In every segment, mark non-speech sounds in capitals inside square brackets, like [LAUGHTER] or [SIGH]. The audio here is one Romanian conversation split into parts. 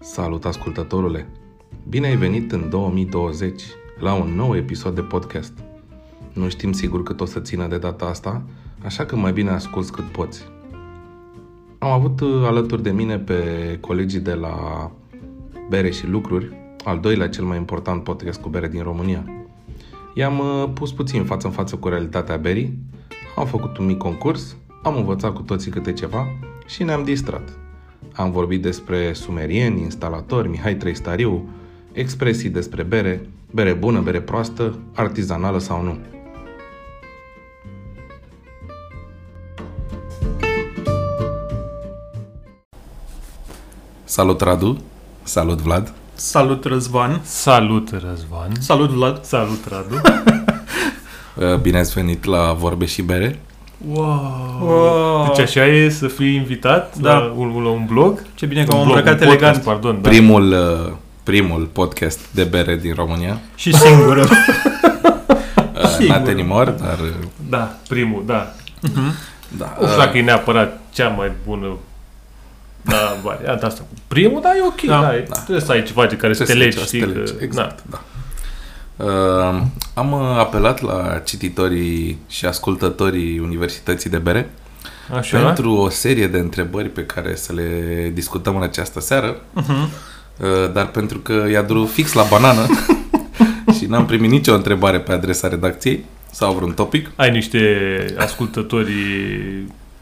Salut ascultătorule! Bine ai venit în 2020 la un nou episod de podcast. Nu știm sigur cât o să țină de data asta, așa că mai bine asculți cât poți. Am avut uh, alături de mine pe colegii de la Bere și Lucruri, al doilea cel mai important podcast cu bere din România. I-am uh, pus puțin față în față cu realitatea berii, am făcut un mic concurs, am învățat cu toții câte ceva și ne-am distrat. Am vorbit despre sumerieni, instalatori, Mihai Treistariu, expresii despre bere, bere bună, bere proastă, artizanală sau nu. Salut Radu! Salut Vlad! Salut Răzvan! Salut, Răzvan! Salut Vlad! Salut, Radu! Uh, Bine ați venit la Vorbe și Bere. [LAUGHS] Wow! Wow. Deci așa e să fii invitat Da. la un, la un blog? Ce bine că Un m-am blog, îmbrăcat un podcast, elegant Pardon, da. Primul, uh, primul podcast de bere din România. și singur. Uh, Ah, Sigur. Not anymore, dar... uh, Da, primul, da. Da, Nu uh, știu dacă e neapărat cea mai bună da, varianta asta cu primul, dar e ok. Da. Da, da, da. Trebuie să ai ceva de care să te legi. Știi, Să te că, legi, exact, da. Uh, am uh, apelat la cititorii și ascultătorii Universității de Bere Da. Așa? pentru o serie de întrebări pe care să le discutăm în această seară, Mhm. uh, dar pentru că i-a durut fix la banană [LAUGHS] și n-am primit nicio întrebare pe adresa redacției sau vreun topic, Ai niște ascultători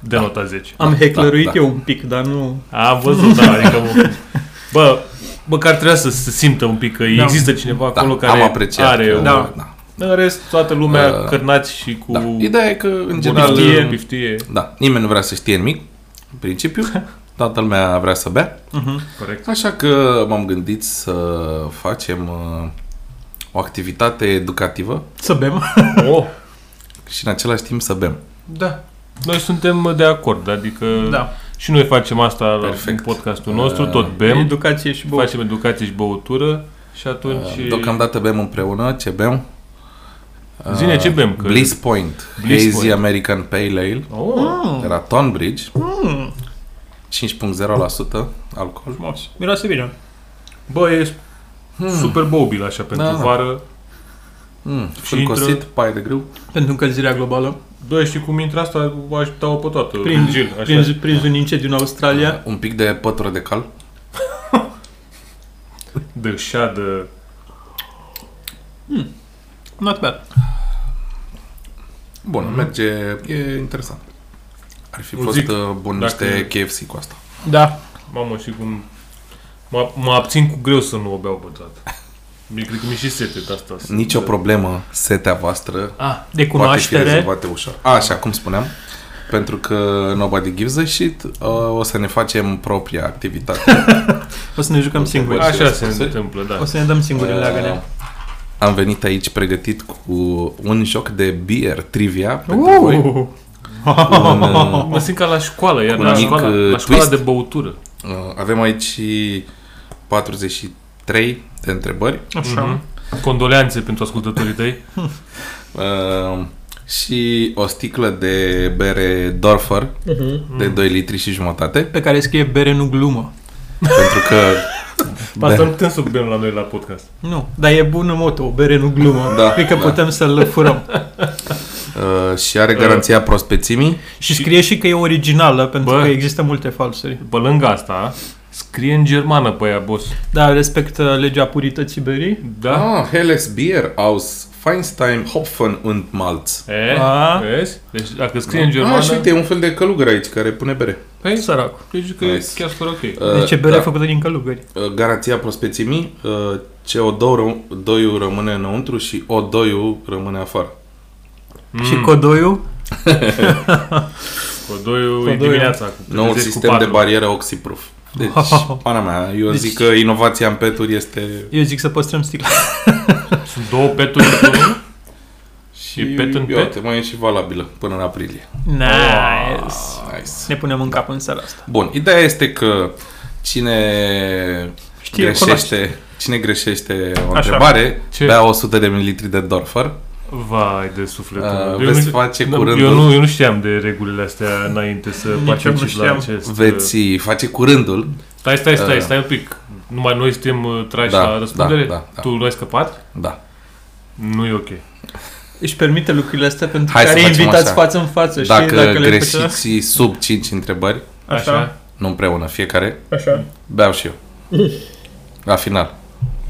de nota 10. Am heckleruit da. eu un pic, dar nu... Am văzut, [LAUGHS] da, adică... mă- Bă, măcar trebuia să se simtă un pic că da. există cineva da, acolo am care apreciat. are... că- un- da. da. Da. În rest, toată lumea Uh, uh, cărnați și cu da. Ideea e că, în general, piftie, piftie. da, nimeni nu vrea să știe nimic, în [LAUGHS] principiu, toată lumea vrea să bea. Corect. Așa că m-am gândit să facem uh, o activitate educativă Să bem. Oh, și în același timp să bem. Da. noi suntem de acord, adică Da. și noi facem asta Perfect. Perfect. în podcastul nostru, Uh, tot bem, Educație și băut. facem educație și băutură Da. și atunci... Uh, Deocamdată bem împreună. Ce bem? Uh, Zine ce bem, că- Bliss Point. Bliss Hazy Point. American Pale Ale. Oh, Mm. De la Tonbridge. 5.0% alcool. Frumos. Miroase bine. bă, e super bobil așa pentru Hmm. Da, da, da. vară. Mm, Și fân intră- cosit, paie de grâu. Pentru încălzirea globală. Bă, știi cum intră asta? Aș da-o pe toată. Prin, în gel, așa. prin, prin un incendiu în Australia. Un pic de pătură de cal. De șadă. Not bad. Bun, merge. E interesant. Ar fi Îl fost Hmm. zic, uh, bun dacă- niște KFC cu asta. Da. Mamă, și cum... Mă, mă abțin cu greu să nu o beau pe toată. Mi cred că mi și sete de asta. să- Nicio problemă, setea voastră Ah, de Poate fi cunoaștere. rezolvate ușor. A, așa, cum spuneam, pentru că Nobody Gives a Shit, uh, o să ne facem propria [LAUGHS] activitate. O să ne jucăm singuri. Poate Așa să se spun, să- întâmplă, da. O să ne dăm singuri în Uh, leagăne. Am venit aici pregătit cu un joc de beer trivia pentru [LAUGHS] voi. Uh! Un, uh, Mă simt ca la școală, iar Cu la un mic, școala, uh, la școala twist. de băutură. uh, avem aici 43 de întrebări Așa. Condoleanțe pentru ascultătorii tăi. uh, și o sticlă de bere Dorfer de Mm. 2 litri și jumătate, Pe care scrie bere nu glumă. pentru că... Asta nu putem să bem la noi la podcast. Nu, dar e bună moto, bere nu glumă. Da, Cred că da. putem să-l furăm. Uh, și are garanția prospețimii. Și scrie și că e originală, pentru Bă. că există multe falsuri. Pe lângă asta, scrie în germană pe aia, boss. Da, respectă legea purității berii. Da? Ah, Helles Bier aus Feinstein, Hopfen und Malz. E, A. vezi? Deci dacă scrie în Ah, și germană, uite, e un fel de călugăr aici care pune bere. păi Sărac. deci că Nice. e chiar super ok. Deci e Uh, bere da. făcută din călugări. Uh, Garanția prospețimii, uh, CO2 -ul rămâne înăuntru și O2 rămâne afară. Mm. Și codoiul? Codoiul e Codoiul. dimineața cu Noul 30 Deci cu sistem de patru. barieră oxiproof. [LAUGHS] Deci, pana mea, eu Deci- zic că inovația în peturi este... Eu zic să păstrăm [LAUGHS] sticla. Sunt două peturi într-unul. Și pet în Iată, pet. mai e și valabilă până în aprilie. Nice. Nice. Ne punem în cap în seara asta. Bun, ideea este că cine Știe, greșește, cunoaște. cine greșește o întrebare, Ce? bea 100 de mililitri de Dorfer. Vai de sufletul Uh, meu. Eu veți nu- face nu- curând Eu un- nu, eu nu știam de regulile astea înainte să Nici eu nu particip la știam. acest... uh, Veți face curândul. Stai, stai, stai, Uh. stai un pic. numai noi suntem uh, trași Da, da, la răspundere? da, da, da. Tu l-ai scăpat? Da. Nu e ok. Își permite lucrurile astea pentru Hai să care e facem invitați așa. față în față, știi? Dacă, dacă Deci le făcea- greșiți sub 5 întrebări, Așa. nu împreună, fiecare, Așa. beau și eu. La final.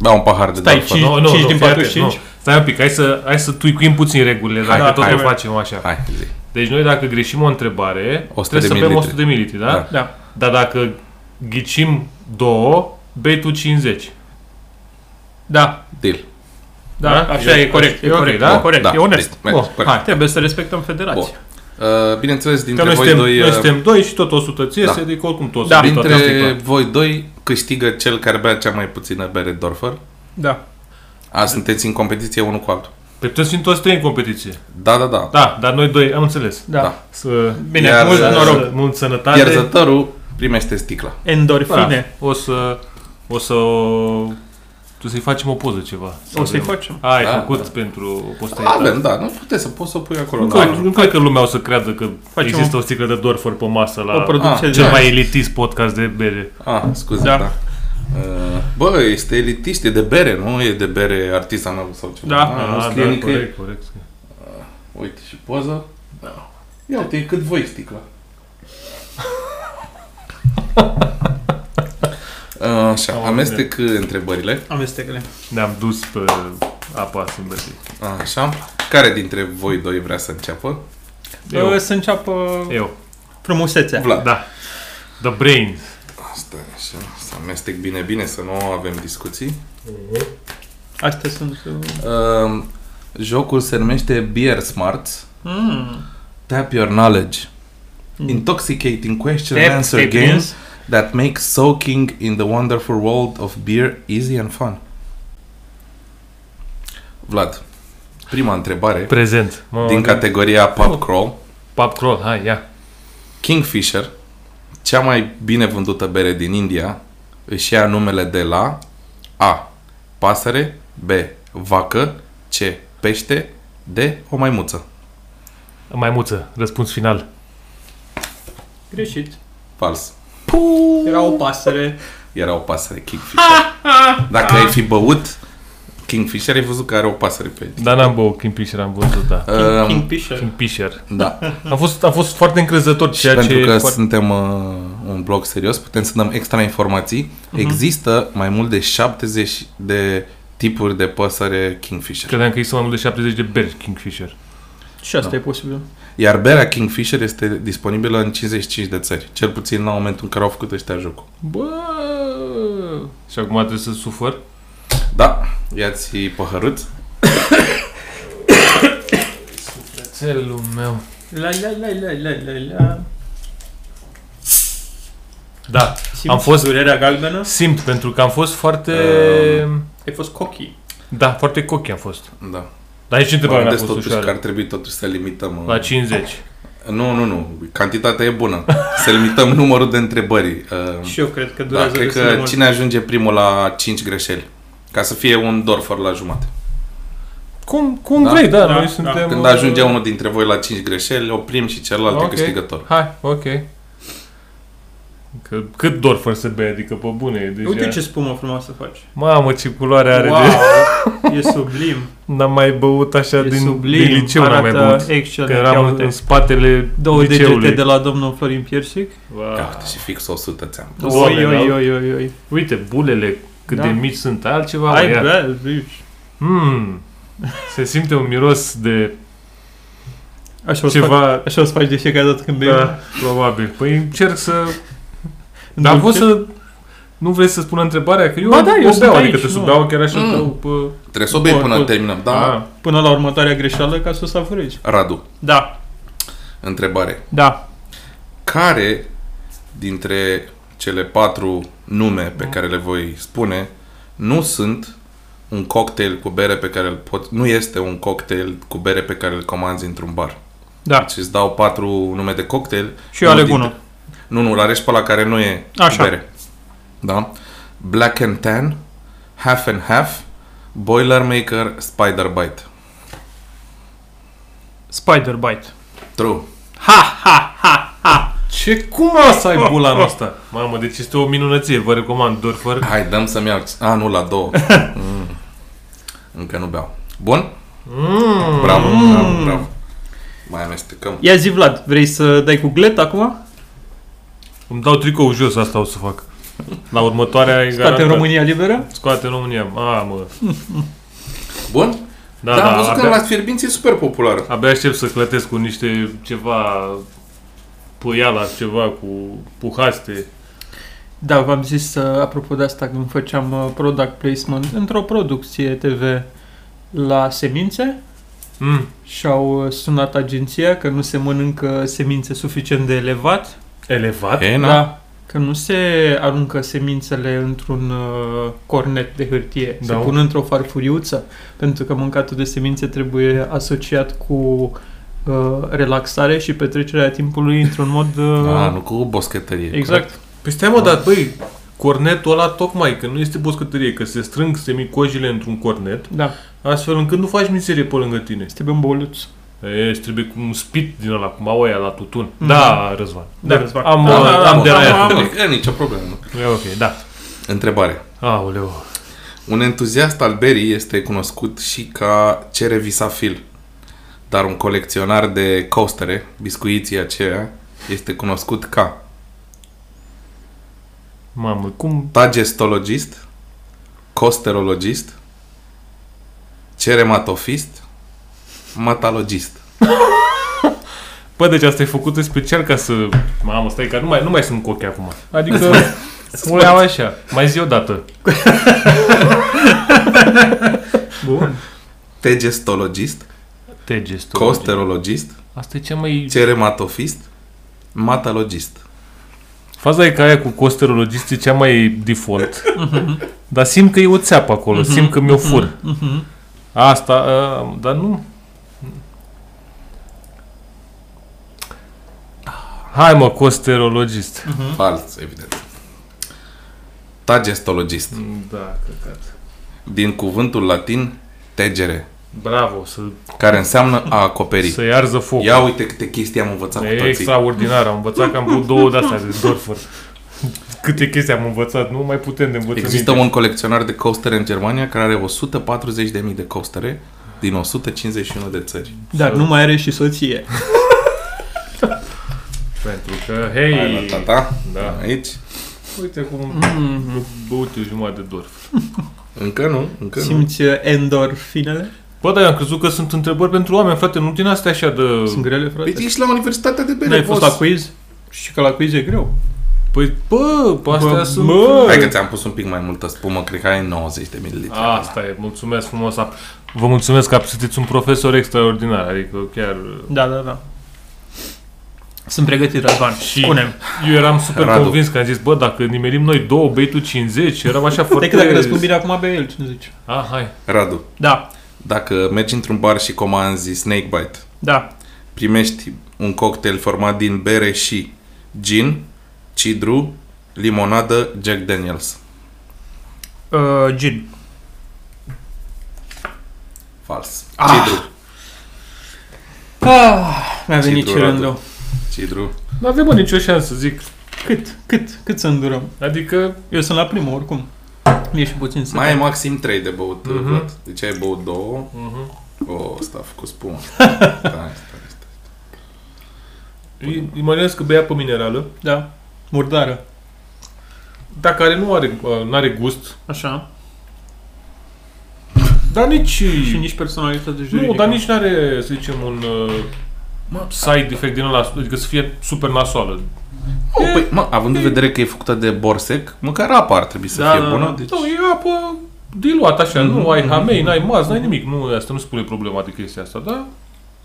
Beau un pahar de Stai, Dolfă. cinci- Nu, nu, cinci nu, din fii atent, 45? nu. Stai un pic, hai să, hai să tuicuim puțin regulile, dacă hai, tot hai. o facem așa. Hai, zi. Deci noi dacă greșim o întrebare, 100 trebuie să de bem mililitri. 100 de mililitri, da? Da. da? Da. Dar dacă ghicim două, bei tu 50. Da. Deal. Da, Da? așa e, corect, e ok, corect, da? da? Corect, Da, e onest. deci, mergi, Bun, corect. hai, trebuie să respectăm federația. Bun. Uh, bineînțeles, Că dintre noi voi suntem, doi... noi uh, suntem doi și tot 100 ție, da. da. adică oricum toți. Da. toate astea e Dintre clar. voi doi câștigă cel care bea cea mai puțină bere Dorfer. Da. A, sunteți în competiție unul cu altul. Păi putem să fim toți trei în competiție. Da, da, da. Da, dar noi doi, am înțeles. Da. Da. Să... Bine, Iar, mult uh, noroc. Să, mult sănătate. Pierzătorul primește sticla. Endorfine. Da. O să... O să... Tu să-i facem o poză ceva. O să-i facem. Ai Da, da, făcut da. da. pentru postăietatea. Avem, da, nu puteți să poți să o pui acolo. Nu, Da. cred- nu cred că lumea o să creadă că Facem există o sticlă de Dorfer pe masă O la producție Ah, de... cel mai elitist podcast de bere. Ah, scuze, Da. da. da. Uh, Bă, este elitist, e de bere, nu e de bere artizanală sau ceva. Da. Ah, Ah, scrie nicăieri. corect, corect. Uite și poză. Ia uite, e cât voi [LAUGHS] sticla. Așa, Am Uh, amestec întrebările. Amestecăle. Ne-am dus pe apa sâmbetei. Așa. Care dintre voi doi vrea să înceapă? Eu. Eu. Să înceapă Eu, frumusețea. Vlad. da. The Brains. Asta e așa. Să amestec bine, bine, să nu avem discuții. Astea sunt... uh, Uh, jocul se numește Beer Smarts. Mm. Tap your knowledge. Mm. Intoxicating question and Tap, answer tap, games yes. that make soaking in the wonderful world of beer easy and fun. Vlad, prima întrebare Prezent. Mă, din gând- categoria Pub [LAUGHS] Crawl. Pub Crawl, hai, ia. Kingfisher, cea mai bine vândută bere din India, își ia numele de la A. Pasăre B. Vacă C. Pește D. O maimuță. Maimuță, răspuns final. Greșit. Fals. Era o pasăre. Era o pasăre Kingfisher. Dacă ai fi băut Kingfisher, ai văzut că are o pasăre pe Dar n-am băut Kingfisher, am văzut, da. Um, Kingfisher. Kingfisher. Da. Am fost, am fost foarte încrezător, ceea ce... Pentru e că foarte- suntem uh, un blog serios, putem să dăm extra informații. Mhm. Există mai mult de 70 de tipuri de păsăre Kingfisher. Credeam că există mai mult de 70 de beri Kingfisher. Și asta e posibil. Iar berea Kingfisher este disponibilă în 55 de țări, cel puțin la momentul în care au făcut ăștia jocul. Bă! Și acum trebuie să sufăr? Da, ia-ți păhăruț. Țelul meu. La la la la la la la. Da, Simți Am fost- durerea galbenă? simt, pentru că am fost foarte... Um. Ai fost cocky. Da, foarte cochi am fost. Da. Dar nici Mă întrebarea n-a gândesc fost totuși că ar ușoară. trebui totuși să limităm... uh, La 50. Nu, nu, nu. Cantitatea e bună. Să limităm numărul de întrebări. Uh, Și eu cred că Da, durează cred destul de că mult. cine ajunge primul la 5 greșeli. Ca să fie un dorfer la jumate. Cum, cum Da? da? vrei, da, Da, da, noi da. suntem... Când uh, ajunge unul dintre voi la 5 greșeli, oprim și celălalt okay. Ok. e câștigător. Hai, ok. Că, cât dor fără să bei, adică pe bune. e Deja... Uite ce spumă frumoasă faci. Mamă, ce culoare are wow, wow. de... e [LAUGHS] sublim. N-am mai băut așa e din, sublim. din liceu, n-am mai Arată băut. Că excelent. Ia eram în uite. spatele Două liceului. degete de la Da. domnul Florin Piersic. Ia Wow. uite și fix 100 ți-am. Două Oi, oameni, oi, da? oi, oi, oi. Uite, bulele cât Da. de mici sunt, altceva. Ai Ai, ia. bea, zici. Hmm. Se simte un miros de Așa o să faci- ceva... Așa o să faci de fiecare dată când bei. Da, probabil. Păi încerc să... În Dar dulce. pot să... Nu vrei să spun întrebarea? Că eu Ba da, eu o sunt beau, aici, adică te nu. subeau chiar așa Mm. tău pe... Trebuie să o bei Bun, până bun. terminăm. Da, Ah. uh, Până la următoarea greșeală ca să o savurezi. Radu, Da, întrebare. da. Care dintre cele patru nume pe care le voi spune nu sunt un cocktail cu bere pe care îl pot... Nu este un cocktail cu bere pe care îl comanzi într-un bar. Da. Deci îți dau patru nume de cocktail. Și eu unul aleg dintre- unul. Nu, nu, la respa la care nu e Așa. bere. Da? Black and Tan, Half and Half, Boilermaker, Spider Bite. Spider Bite. True. Ha, ha, ha, ha. Ce cum a să ai bula în asta? Mamă, deci este o minunăție, vă recomand, doar fără... Hai, dăm să-mi iau. A, nu, la [LAUGHS] două. Mm. Încă nu beau. Bun? Mm. Bravo, bravo, bravo. Mai amestecăm. Ia zi, Vlad, vrei să dai cu glet acum? Îmi dau tricou jos, asta o să fac. La următoarea e Scoate în garantat. România liberă? Scoate în România. A, mă. Bun? Da, Dar da, am văzut că abia, la fierbinți e super populară. abia aștept să clătesc cu niște ceva păiala, ceva cu puhaste. Da, v-am zis, uh, apropo de asta, când făceam uh, product placement într-o producție TV la semințe Mm. și au uh, sunat agenția că nu se mănâncă semințe suficient de elevat Elevat? E, na? Da, că nu se aruncă semințele într-un uh, cornet de hârtie, se Da. pun într-o farfuriuță, pentru că mâncatul de semințe trebuie asociat cu uh, relaxare și petrecerea timpului într-un mod... [LAUGHS] Uh, A, Da, nu cu boschetărie. exact. Păi stai mă, dar băi, cornetul ăla tocmai, că nu este boscătărie, că se strâng semicojile într-un cornet, Da, astfel încât nu faci mizerie pe lângă tine. trebuie un boluț. E, îți trebuie cu un spit din ăla, cum au ăia la tutun. Mhm. Da, Răzvan. Da, Da, Răzvan. Am, Da, da, da, am mă, de la am, ea. am, e, nicio problemă. E ok, da. Întrebare. Aoleu. Un entuziast al berii este cunoscut și ca cere visafil, dar un colecționar de coastere, biscuiții aceia, este cunoscut ca Mamă, cum... tagestologist, costerologist, cerematofist, matalogist. Bă, deci asta e făcută special ca să... Mamă, stai că nu mai, nu mai sunt coche acum. Adică... o iau așa. Mai zi o dată. [LAUGHS] Bun. Tegestologist, Te gestul. costerologist, Asta e cea mai... cerematofist, matalogist. Faza e că aia cu costerologist e cea mai default. dar simt că e o țeapă acolo. Simt că mi-o fur. Mhm. Asta... Uh, dar nu... Hai mă, costerologist. Fals, evident. Tagestologist. Da, căcat. Din cuvântul latin tegere, Bravo, să, care înseamnă a acoperi. să-i arză focul. Ia uite câte chestii am învățat Da, cu E toții. extraordinar, am învățat că am avut două de-astea de Dorfuri. Câte chestii am învățat, nu mai putem de învățat. Există un colecționar de coastere în Germania care are 140.000 de coastere din 151 de țări. Dar nu mai are și [LAUGHS] soție. Pentru că, Hai hei, la tata, Da. aici. uite cum Mm. băut eu jumătate de Dorf. Încă nu, încă nu. Simți uh, endorfinele? Bă, dar eu am crezut că sunt întrebări pentru oameni, frate, nu din astea așa de... Sunt grele, Păi frate? ești la Universitatea de Bere, N-ai fost boss. la quiz? Și că la quiz e greu. Păi, bă, pe astea Bă, sunt... bă! Hai că ți-am pus un pic mai multă spumă, cred că ai 90 de mililitri. Ah, Asta e, mulțumesc frumos. ap- Vă mulțumesc că sunteți un profesor extraordinar, adică chiar... Da, da, da. Sunt pregătit, Răzvan. Și- Spune-mi. Eu eram super Radu. convins că am zis, bă, dacă nimerim noi două, bei tu 50, eram așa foarte... Deci dacă răspund bine acum, be el, cine zice. Ah, hai. Radu, Da, dacă mergi într-un bar și comanzi Snakebite, da. primești un cocktail format din bere și gin, cidru, limonadă, Jack Daniels. Uh, gin. Fals. Ah! Cidru. Ah, mi-a venit Cidru, și Radu. rândul. Cidru. Nu avem mă, nicio șansă, zic. Cât, cât, cât să îndurăm? Adică, Eu sunt la primul, oricum. E și puțin să... Mai ai maxim 3 de băut, Mhm. Vlad. Deci ai băut 2. uh-huh. O, oh, ăsta a făcut spumă. Stai, stai, stai. imaginez că bea apă minerală, Da. Murdară. dar care nu are, uh, are gust, Așa. dar nici... Și nici personalitate juridică. nu, dar nici nu are, să zicem, un uh, side effect din ăla, adică să fie super nasoală. Oh, păi, mă, având în vedere că e făcută de borsec, măcar apa ar trebui să Da, fie da, bună. da. Deci... Nu, e apă diluată așa, nu ai hamei, n-ai maz, n-ai nimic. Nu, asta nu spune problema de chestia asta, da? dar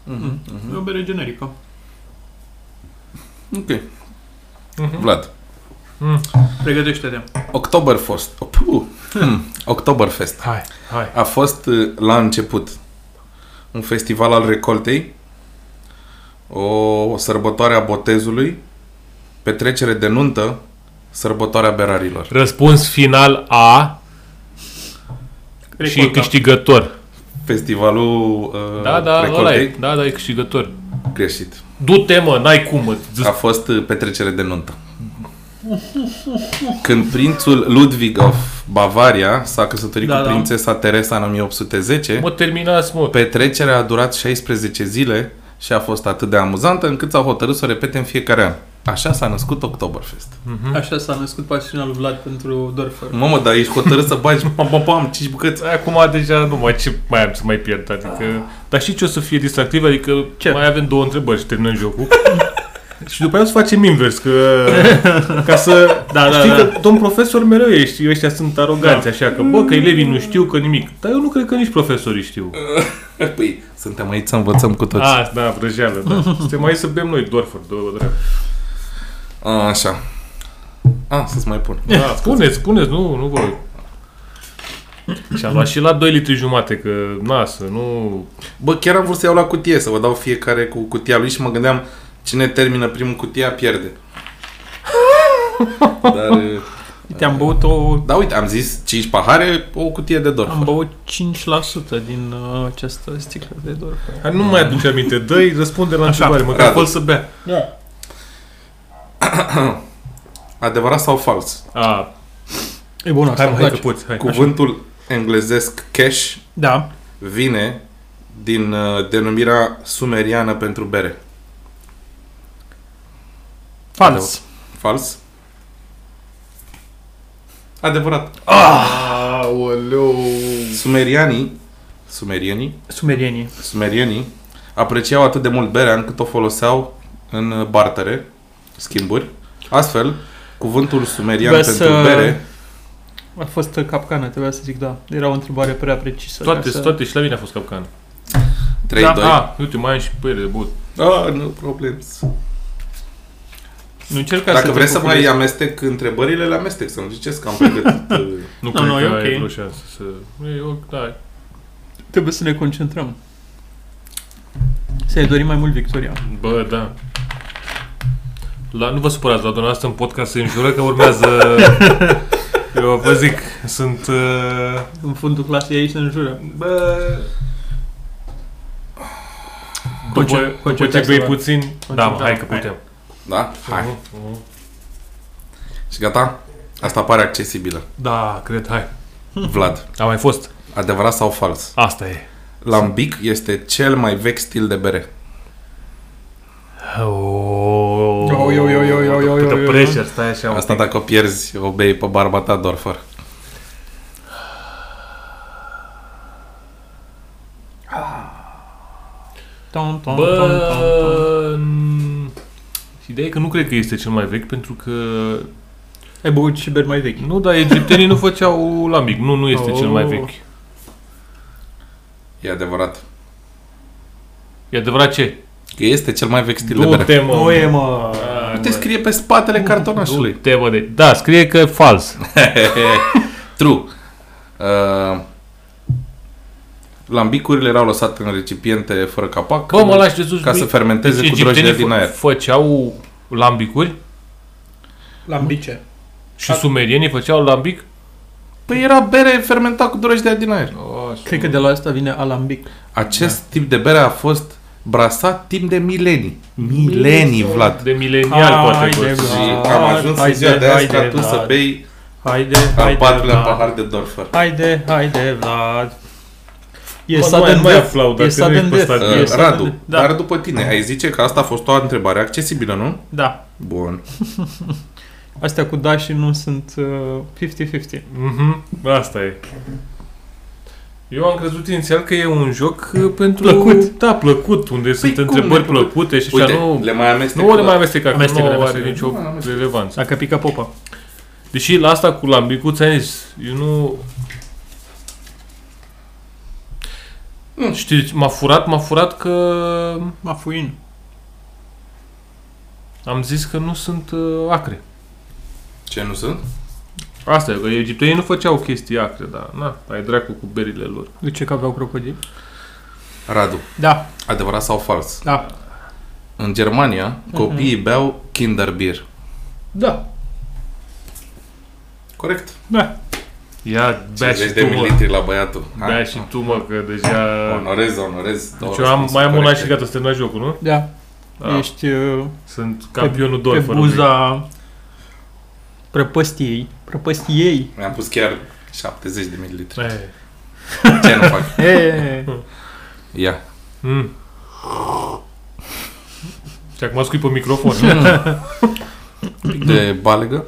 Mhm, mhm. E o bere generică. Ok. Mhm. Vlad. Pregătește-te. Oktoberfest. Oh, puh. Hmm, Oktoberfest. hai, hai. a fost uh, la început un festival al recoltei, o sărbătoare a botezului, petrecere de nuntă, sărbătoarea berarilor. Răspuns final A Recolta. câștigător. festivalul uh, Da, da, ăla e. recoltei. Da, da, e câștigător. Greșit. Du-te, mă, n-ai cum, mă. A fost uh, petrecere de nuntă. Când prințul Ludwig of Bavaria s-a căsătorit Da, cu da. prințesa Teresa în 1810, Mă, terminați, mă. Petrecerea a durat 16 zile și a fost atât de amuzantă încât s-au hotărât să o repete în fiecare an. Așa s-a născut Oktoberfest. Așa s-a născut pasiunea lui Vlad pentru Dorfer. Mamă, dar ești hotărât să [LAUGHS] bagi pam, pam, pam, 5 bucăți. Păi, Acum deja nu mai ce mai am să mai pierd, adică... Dar și ce o să fie distractiv, adică Ce? ce? mai avem două întrebări și terminăm jocul. [LAUGHS] și după aia o să facem invers, că... ca [LAUGHS] să... Da, da, Știi da. că domn profesor mereu ești, ăștia sunt aroganți, Da. da. așa că, bă, că elevii nu știu, că nimic. Dar eu nu cred că nici profesorii știu. Păi, suntem aici să învățăm cu toți. A, da, vrăjeală, da. Suntem aici [LAUGHS] să bem noi Dorfer, două drept. A, așa. A, să-ți mai pun. Da, spuneți, spuneți, nu, nu voi. Și a luat și la 2 litri jumate, că, na, să nu... Bă, chiar am vrut să iau la cutie, să vă dau fiecare cu cutia lui și mă gândeam cine termină primul cutia pierde. Dar, uh, Te-am băut o... da, uite, am zis 5 pahare, o cutie de dor. Am băut 5% din uh, această sticlă de Dorfer. Hai, nu mai aduce aminte, dă răspunde la Așa. întrebare, măcar Radu. pot să bea. Da. Adevărat sau fals? A, E bun asta, hai, mă, îmi hai că place. poți, hai. Cuvântul englezesc cash Da, vine din uh, denumirea sumeriană pentru bere. fals. Fals? Adevărat. Aoleu! Sumerianii, sumerienii, Sumerienii. sumerienii apreciau atât de mult berea încât o foloseau în uh, bartere, schimburi. Astfel, cuvântul sumerian Vrea pentru uh, să- bere, A fost uh, capcană, trebuia să zic da. Era o întrebare prea precisă. Toate, ca să... toate, și la mine a fost capcană. 3-2. Da, Da, a, uite, mai am și pâine de băut. ah, nu problems. Nu încerca Dacă te vreți să mai pocălești. amestec întrebările, le amestec, să nu ziceți că am [LAUGHS] pregătit... uh, Nu, Nu, cred nu, că e ok. ai vreo șansă să... E, ok, da. Trebuie să ne concentrăm. Să-i dorim mai mult victoria. Bă, da. La, nu vă supărați, la dumneavoastră în podcast se înjură că urmează... Eu vă zic, sunt... Uh, În fundul clasei aici în jură. bă... Conce- După, după ce concentrați-vă. bei puțin... Da, mă, Concentrați-vă. hai că putem. Da? Hai. Mhm, mhm. Și gata? Asta pare accesibilă. Da, cred, hai. Vlad, A mai fost. adevărat sau fals? Asta e. Lambic este cel mai vechi stil de bere. Oh, Yo, yo, yo, yo, yo, yo, yo, Put yo. the pressure, stai așa. un Asta pic. dacă o pierzi, o bei pe barba ta doar fără. Tom, tom, tom, tom, tom. Bă, n- ideea e că nu cred că este cel mai vechi, pentru că... Ai băut și beri mai vechi. Nu, dar egiptenii nu făceau lambic. Nu, nu este cel mai Oh. vechi. E adevărat. E adevărat ce? Că este cel mai vechi stil de bere. Du-te, mă. Nu e, mă. Ah, Te mă. scrie pe spatele cartonașului. Du-te, mă, de... Da, scrie că e fals. True. Uh, lambicurile erau lăsate în recipiente fără capac Bă, mă lași de sus. ca să fermenteze cu drojdie din aer. făceau lambicuri Lambice. și sumerienii făceau lambic? Păi era bere fermentată cu drojdie din aer. Cred că de la asta vine alambic. Acest tip de bere a fost brasat timp de milenii. Milenii, Vlad. De milenial, Hai poate. de bă. bă. Și Ah, am ajuns în haide, ziua de da. azi ca haide, tu să Vlad. bei Haide, al haide, patrulea Vlad. pahar de Dorfer. Haide, haide, Vlad. E Bă, nu sudden mai- nu mai death. aflau, E dacă nu sudden ești pe death. stadion. E Uh, sudden Radu, death. dar Da, după tine, ai zice că asta a fost o întrebare accesibilă, nu? da. Bun. Astea cu da și nu sunt uh, 50-50. Mhm, asta e. Eu am crezut inițial că e un joc uh, pentru... Plăcut. Da, plăcut, unde sunt Păi cum întrebări nu e plăcut? plăcute și așa, Uite, nu... le mai amestec. Nu le cu- mai amesteca, că Amestecă, nu are amestecă. nicio Nu mai amestecă. relevanță. Dacă pică popa. Deși la asta cu lambicul, ți-am zis, eu nu... Știți, m-a furat, m-a furat că Ma fuin. am zis că nu sunt uh, acre. Ce nu sunt? Asta e, că egiptenii nu făceau chestii acre, dar na, ai dracu cu berile lor. De ce că aveau crocodil? Radu, Da, adevărat sau fals? da. În Germania, copiii beau Kinderbier. Da, Corect. da. Ia, bea și 50 de tu, mă. mililitri la băiatul. Bea Da, și tu, mă, că deja... Onorez, onorez. Deci eu am, mai am un an și gata, să terminat jocul, nu? Da, Da. ești uh, Sunt campionul 2 pe fără buza prăpăstiei. Prăpăstiei. Mi-am pus chiar 70 de [LAUGHS] mililitri. bine. Eh. Ce nu [LAUGHS] fac? E, Ia. Mm. Și acum scui pe [LAUGHS] microfon, nu? Un pic de balegă.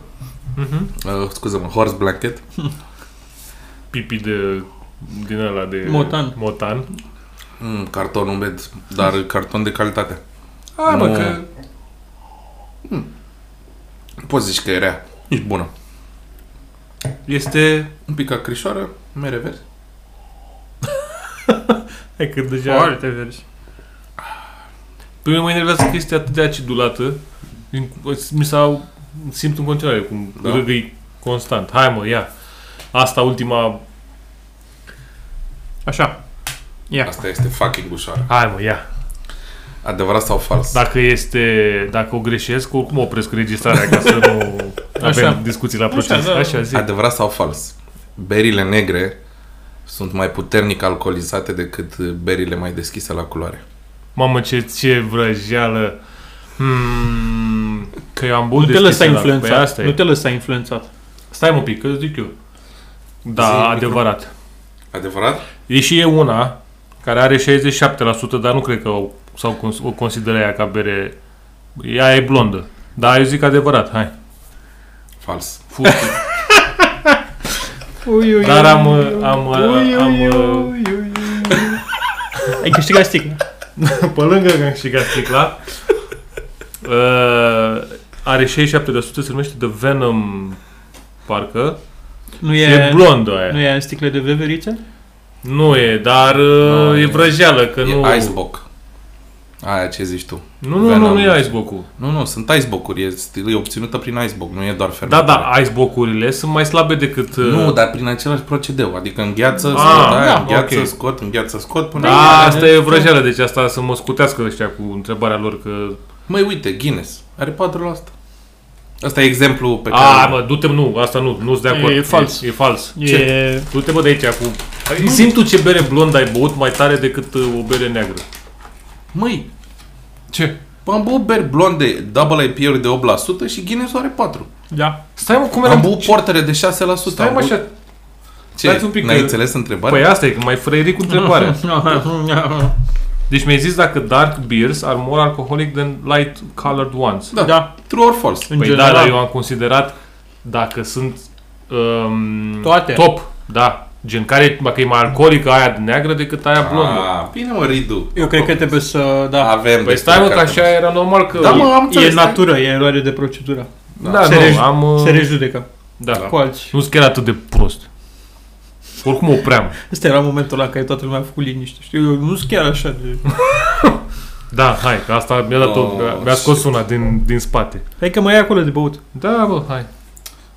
Mhm. Uh, scuză-mă, horse blanket. Pipi de... Din ăla de... Motan. Motan. Mm, carton umed, dar carton de calitate. A, bă, Nu. că... Nu Poți zici că e rea. Ești bună. Este... Un pic acrișoară, mere verzi. Hai că deja... foarte verzi. Pe mine mă enervează că este atât de acidulată. Din- Mi s-au... Simt în continuare cum Da. da. râgâi constant. Hai mă, ia. Asta ultima... Așa. Ia. Asta este fucking ușoară. Hai mă, ia. Adevărat sau fals? Dacă este... Dacă o greșesc, oricum opresc registrarea ca să [LAUGHS] nu avem Așa. discuții la proces. Așa, Așa, da. zi. Adevărat sau fals? Berile negre sunt mai puternic alcoolizate decât berile mai deschise la culoare. Mamă, ce, ce vrăjeală. Hmm, că eu am bun Nu te lăsa Păi influențat. asta Nu e. te lăsa influențat. Stai mă un pic, că îți zic eu. Da, Zi, micro. adevărat. Adevărat? Deși e una care are 67%, dar nu cred că o, sau cons- o consideră ea ca bere. Ea e blondă. Dar eu zic adevărat, hai. Fals. Fus. Ui, ui, Dar ui, am, ui, uh, am, uh, ui, am, ui, uh, ui, ui, ui. Ai câștigat sticla. Pe lângă că am câștigat sticla. [LAUGHS] Uh, are 67%, se numește The Venom, parcă. Nu E, e, e blondă aia. Nu e în sticle de veveriță? Nu e, dar uh, Nu, e e- vrăjeală că nu... E icebox. Aia ce zici tu. Nu, nu, nu, Venom. nu e icebox-ul. Nu, nu, sunt icebox-uri. E, stil- e obținută prin icebox, nu e doar Da, fermentare. da, icebox-urile sunt mai slabe decât... uh, Nu, da. dar prin același procedeu. Adică îngheață, Ah, scot, aia, da, îngheață, ok. scot, îngheață, scot, până... Da, asta e vrăjeală, deci asta să mă scutească ăștia cu întrebarea lor că... Măi, uite, Guinness are 4 la asta. Asta e exemplu pe care... A, mă, du-te, nu, asta nu, nu-s de acord. E fals. E, e fals. Ce? E... Du-te, mă, de aici cu... Simt tu ce bere blondă ai băut mai tare decât uh, o bere neagră. Măi, Ce? am băut beri blonde, double IPA-uri de 8% și Guinness are 4. Da. Stai, mă, cum Am eram... băut portere de 6%. Păi Stai, am mă, băut- așa... Ce? stați un pic N-ai că- înțeles întrebarea? Păi asta e, că mai frăierii cu [LAUGHS] întrebarea. [LAUGHS] Deci mi-ai zis dacă dark beers are more alcoholic than light colored ones. da. da. Da. True or false? În Păi general, da, dar eu am considerat dacă sunt um, Toate. top, da. Gen care, dacă e mai alcoolică aia neagră decât aia blondă. Ah, bine mă, Ridu. eu cred că trebuie să... Da. Avem Păi despre stai mă, că care așa era normal că... Da, mă, am E înțeles. natură, e eroare de procedură. da, se nu, reju- am... uh, Se rejudecă Da. cu alții. Nu sunt chiar atât de prost. Oricum opream. Ăsta era momentul la care toată lumea a făcut liniște. Știu, eu nu sunt chiar așa de... Da, hai, că asta mi-a dat Oh, o, mi-a scos shit. una din, din spate. Hai că mai e acolo de băut. Da, bă, hai.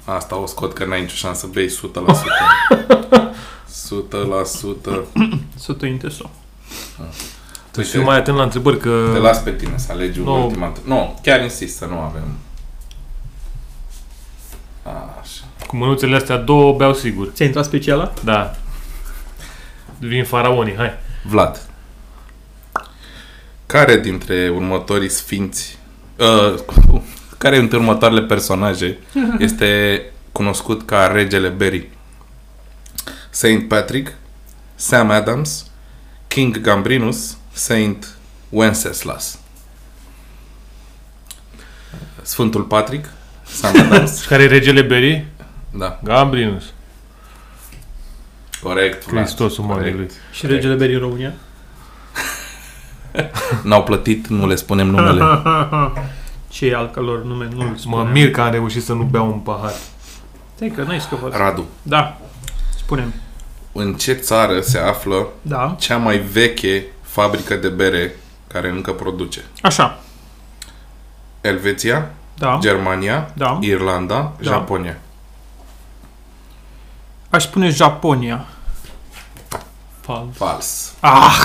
Asta o scot că n-ai nicio șansă să bei [LAUGHS] 100%. 100%. Să te inteso. Tu Să fiu Păi mai atent la întrebări că... Păi Te las pe tine să alegi Nu. no. ultima întrebare. Nu, chiar insist să nu avem. Așa. Cu mânuțele astea două beau sigur. Ți-a intrat speciala? Da. Vin faraonii, hai. Vlad. Care dintre următorii sfinți, uh, [LAUGHS] care dintre următoarele personaje este cunoscut ca regele Berry? Saint Patrick, Sam Adams, King Gambrinus, Saint Wenceslas. Sfântul Patrick, Sam Adams, [LAUGHS] Și care e regele berii? da. Gambrinus. Corect, Vlad. Hristosul corect. Mării Și regele berii în România? N-au plătit, nu le spunem numele. Ce e al călor nume? Nu-l Mă spuneam. mir că am reușit să nu beau un pahar. Stai că n-ai scăpat. Radu, Da. Spunem. în ce țară se află Da. cea mai veche fabrică de bere care încă produce? Așa. Elveția, Da. Germania, Da. Irlanda, Japonia. Aș spune Japonia. Fals. Fals. Ah!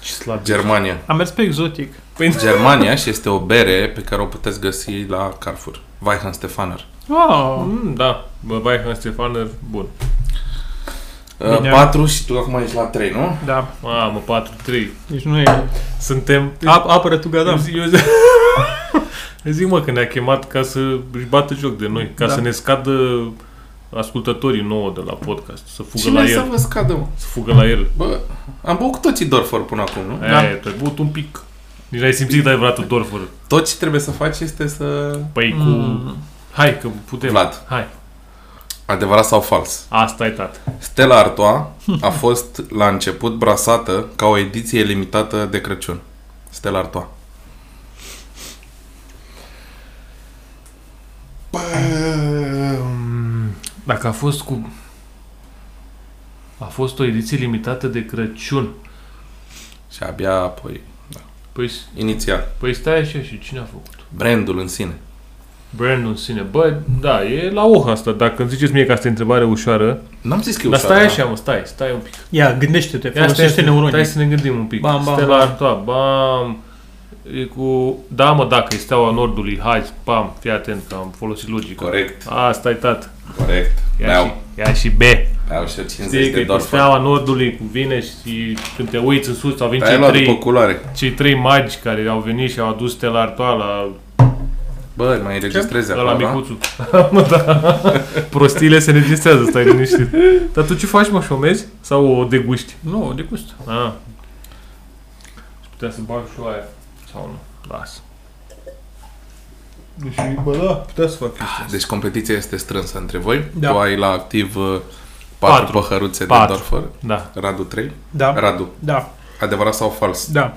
Ce slab. Germania. Am mers pe exotic. Germania și este o bere pe care o puteți găsi la Carrefour. Weihenstephaner. Oh. Mm, da, bă, vai, Hans Stefaner, bun. Bine. 4 și tu acum ești la 3, nu? Da, Mamă, 4-3. deci nu e... Suntem... Ap- apără tu, Eu Da. gata. zic, eu [LAUGHS] zic, eu zic, mă, că ne-a chemat ca să își bată joc de noi, ca Da. da. să ne scadă ascultătorii nouă de la podcast, să fugă Cine la să el. vă scadă, mă? Să fugă la el. Bă, am băut cu toții Dorfor până acum, nu? Da. Da. Aia, tu ai băut un pic. Nici ai simțit că ai vrat dorful. Tot ce trebuie să faci este să... Păi cu... Mm. Hai, că putem. Vlad. Hai. Adevărat sau fals? Asta e tat. Stella Artois [LAUGHS] a fost la început brasată ca o ediție limitată de Crăciun. Stella Artois. Bă, mm, dacă a fost cu... A fost o ediție limitată de Crăciun. Și abia apoi, Păi, inițial, păi stai așa și cine a făcut? brandul în sine. Brandul în sine. Bă, da, e la oha asta. Dacă îmi ziceți mie că asta e întrebare ușoară, N-am zis că e Dar ușoară, stai da? așa, mă, stai, stai un pic. Ia, gândește-te, Ia stai, folosește să- neuronii. Stai să ne gândim un pic. Bam, bam, Stella bam. Artois, bam. E cu... Da, mă, dacă e steaua nordului, hai, bam, fii atent că am folosit logica. Corect, Asta e tat. corect. Ia, și, Mi-au, ia și B. mi-au și eu 50 Știi că e de cu Dorfor. steaua nordului, cu vine și când te uiți în sus, au venit Dar ai cei luat după trei, culoare. cei trei magi care au venit și au adus Stella Artois la Bă, mai înregistrezi la acolo, da? micuțul. [LAUGHS] mă, da. Prostiile se registrează, stai liniștit. Dar tu ce faci, mă, șomezi? Sau o deguști? Nu, de gust. Ah. Și putea să bag și aia. Sau nu? Las. Deci, bă, da, putea să fac. Deci competiția este strânsă între voi. Da. Tu ai la activ 4, Patru. păhăruțe Patru. de Dorfor. Da. Radu 3. Da, Radu, da, adevărat sau fals? da.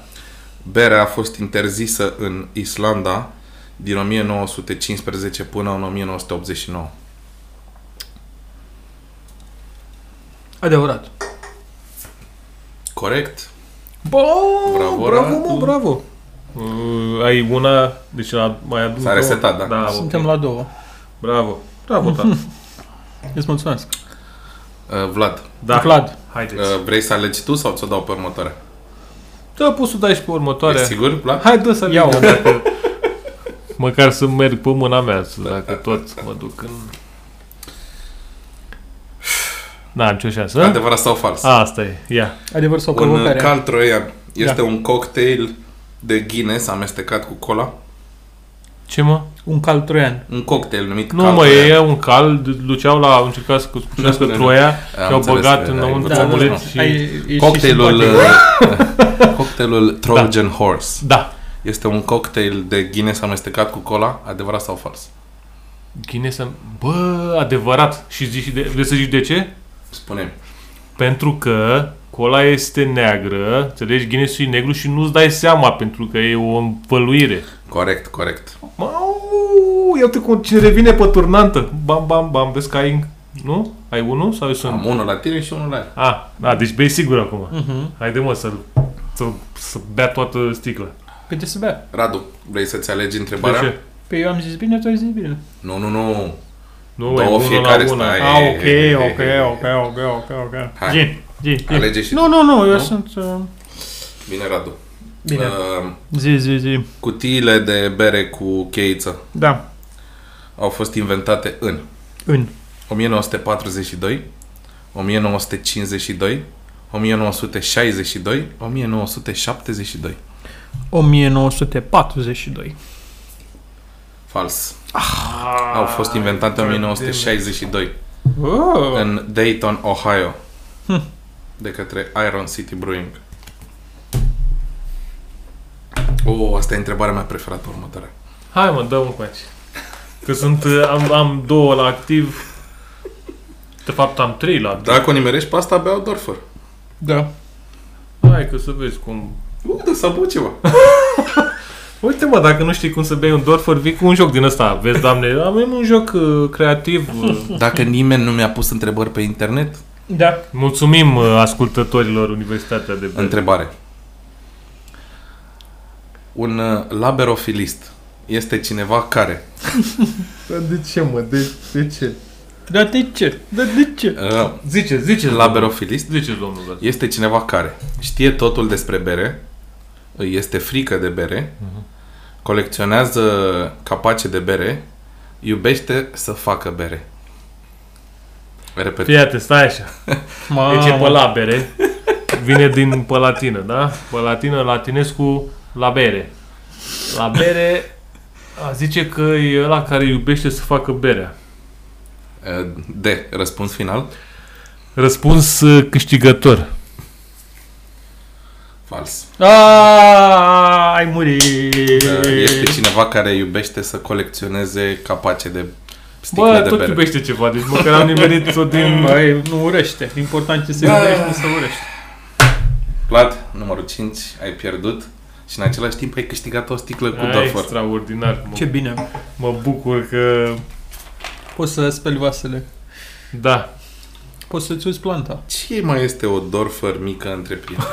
Berea a fost interzisă în Islanda din 1915 până în 1989. Adevărat. Corect? Bă, Bravo, bravo, mă, Radu. bravo. Uh, ai una, deci la, mai adun S-a două. resetat, da. da Suntem ok. la două. Bravo. Bravo, tată. Îți mulțumesc. Uh, Vlad, Da. Vlad. [LAUGHS] Haideți. uh, vrei să alegi tu sau ți-o dau pe următoarea? Da, poți să dai și pe următoarea. Ești sigur, Vlad? Hai, dă să Ia-o. iau. Dacă... Măcar să merg pe mâna mea, să- dacă tot mă [LAUGHS] duc în... N-am nicio șansă. a? Adevărat sau fals? A, Da, Asta e, ia. Adevăr sau un uh, provocare? cal troian este Da. un cocktail de Guinness amestecat cu cola. Ce mă? Un cal troian. Un cocktail numit Nu cal mă, troian. e un cal, duceau la, au încercat să scutească Nu, nu, nu. troia Am și au înțeles băgat că ai înăuntru învățat, omuleț nu. și... Da, Ai- ești Cocktailul, și simpatic. [LAUGHS] uh, cocktailul Trojan Horse Da. este un cocktail de Guinness amestecat cu cola, adevărat sau fals? Chinesa... Bă, adevărat. Și zici de... Vrei să zici de ce? Spune-mi. Pentru că cola este neagră, înțelegi, Guinness-ul e negru și nu-ți dai seama pentru că e o învăluire. Corect, corect. Mau, iată cum cine revine pe turnantă. Bam, bam, bam, vezi că ai... Nu? Ai unul sau eu sunt? Am unul la tine și unul la el. A, da, deci bei sigur acum. uh, Mhm. Haide mă să, să, să bea toată sticla. Păi de să bea. Radu, vrei să-ți alegi De întrebarea? ce? Păi eu am zis bine, tu ai zis bine. Nu, nu, nu. Nu, Două e unul fiecare la una. stai. Ah, ok, e, ok, e, e. ok, ok, ok, ok. Hai. Zi, zi, zi. Alege și Nu, nu, nu, eu Nu? sunt... uh, Bine, Radu. Bine. Uh, Zi, zi, zi. cutiile de bere cu cheiță Da, au fost inventate în în. 1942, 1952, 1962, 1972. 1942. Fals. Ah, Au fost inventate în 1962 Oh. în Dayton, Ohio de către Iron City Brewing. Oh, asta e întrebarea mea preferată următoarea. Hai mă, dă un coace. Că sunt, uh, am, am două la activ. De fapt am trei la activ. Dacă o nimerești pe asta, beau Dorfer. Da. Hai că să vezi cum... Uite, să apuc ceva. Uite mă, dacă nu știi cum să bei un Dorfer, vii cu un joc din ăsta. Vezi, doamne, avem un joc uh, creativ. [LAUGHS] uh. Dacă nimeni nu mi-a pus întrebări pe internet, Da. Mulțumim uh, ascultătorilor Universitatea de Bere. întrebare. Un uh, laberofilist este cineva care De ce mă? De, de ce? Dar de ce? Dar de ce? uh, Zice, zice. laberofilist Zice, domnul Vlad. este cineva care știe totul despre bere, îi este frică de bere, colecționează capace de bere, iubește să facă bere. Repet. Fii atent, stai așa. Mamă. Deci e pe labere. Vine din pe latină, da? Pe latină, latinescu, labere. Labere a zice că e ăla care iubește să facă berea. D. Eh, Răspuns final? Răspuns uh, câștigător. Fals. Aaaa, ai murit. Este cineva care iubește să colecționeze capace de sticle Bă, de tot bere. iubește ceva, deci măcar [LAUGHS] am nimerit-o din... Băi, nu urăște. Important ce se Da. urăște, nu se urăște. Vlad, numărul 5, ai pierdut și în același timp ai câștigat o sticlă cu Aia, Dorfer. extraordinar. Mă, Ce bine. mă bucur că... Poți să speli vasele. Da. Poți să-ți uzi planta. Ce mai este o Dorfer mică [LAUGHS] întreprindere?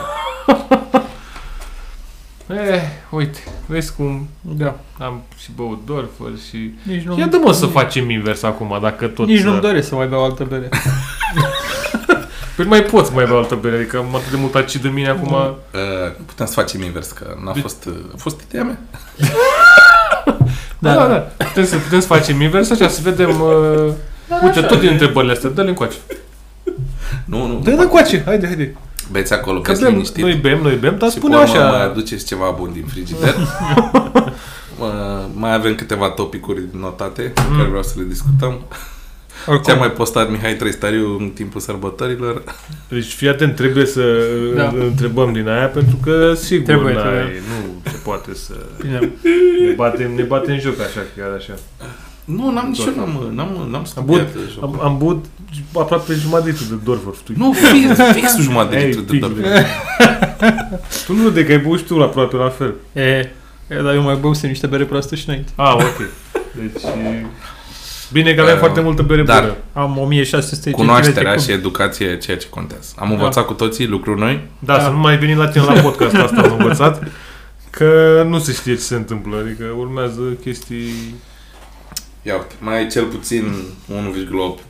Eh, uite, vezi cum Da. am și băut Dorfer și... Nici nu... Ia dă mă să facem invers acum, dacă tot... uh, Nici să- nu-mi doresc să mai beau altă bere. Păi mai poți mai bea altă bere, adică am atât de mult acid în mine Da. acum. Uh, putem să facem invers, că n-a fost, uh, a fost ideea mea. Da, da, da. Putem să, putem să facem invers așa, să vedem... Uh... Da, Uite, tot din întrebările astea, dă-le încoace. Nu, nu, Dă-ne coace, haide, haide. beți acolo, Da. Că beți bem, liniștit. noi bem, noi bem, dar Și spune pe urmă mai așa. aduceți ceva bun din [LAUGHS] frigider. Mă, mai avem câteva topicuri notate pe Mm. care vreau să le discutăm. Ce-a mai postat Mihai Trăistariu în timpul sărbătorilor? Deci fii atent, trebuie să Da. întrebăm din aia, pentru că sigur Trebuie, n-ai- trebuie. nu se poate să Bine. ne batem, ne batem joc așa, chiar așa. Nu, n-am nici eu, n-am, n-am, n-am studiat jocul. Am, am băut aproape jumătate de litrul de Dorfer, știi? Nu, [LAUGHS] fix, fix jumătate de Ei, litru de fix, Dorfer. bine. [LAUGHS] Tu nu de că ai băut și tu la aproape la fel. E, e, dar eu mai beusem niște bere proaste și înainte. Ah, ok. Deci... e- Bine că avem Uh, foarte multă bere dar- bună. Am 1600 Cunoașterea centimetri și educația e ceea ce contează. Am învățat cu toții lucruri noi. Da, să nu mai veni la tine la podcast asta am învățat. Că nu se știe ce se întâmplă, adică urmează chestii... Ia uite, mai ai cel puțin 1,8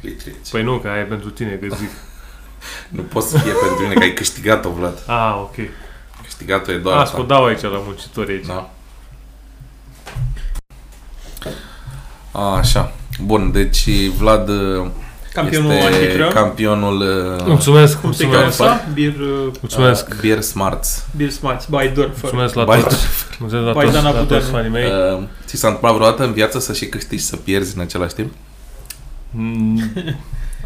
litri aici. Păi nu, că aia e pentru tine, că zic. Nu poți să fie pentru mine că ai câștigat-o, Vlad. Ah, ok. Câștigat-o e doar Las că o asta. dau aici la muncitori aici. Da. A, așa. Bun, deci Vlad uh, cub. Campionul este antitră. campionul uh, Mulțumesc, Cum se cheamă mulțumesc. asta? Beer, uh, Mulțumesc. uh, Beer Smarts. beer Smarts by Dorfer. Mulțumesc la Bai- toți. Mulțumesc la Bai toți, Dana la toți Budeanu. fanii mei. Uh, ți s-a întâmplat vreodată în viață să și câștigi și să pierzi în același timp? Mm,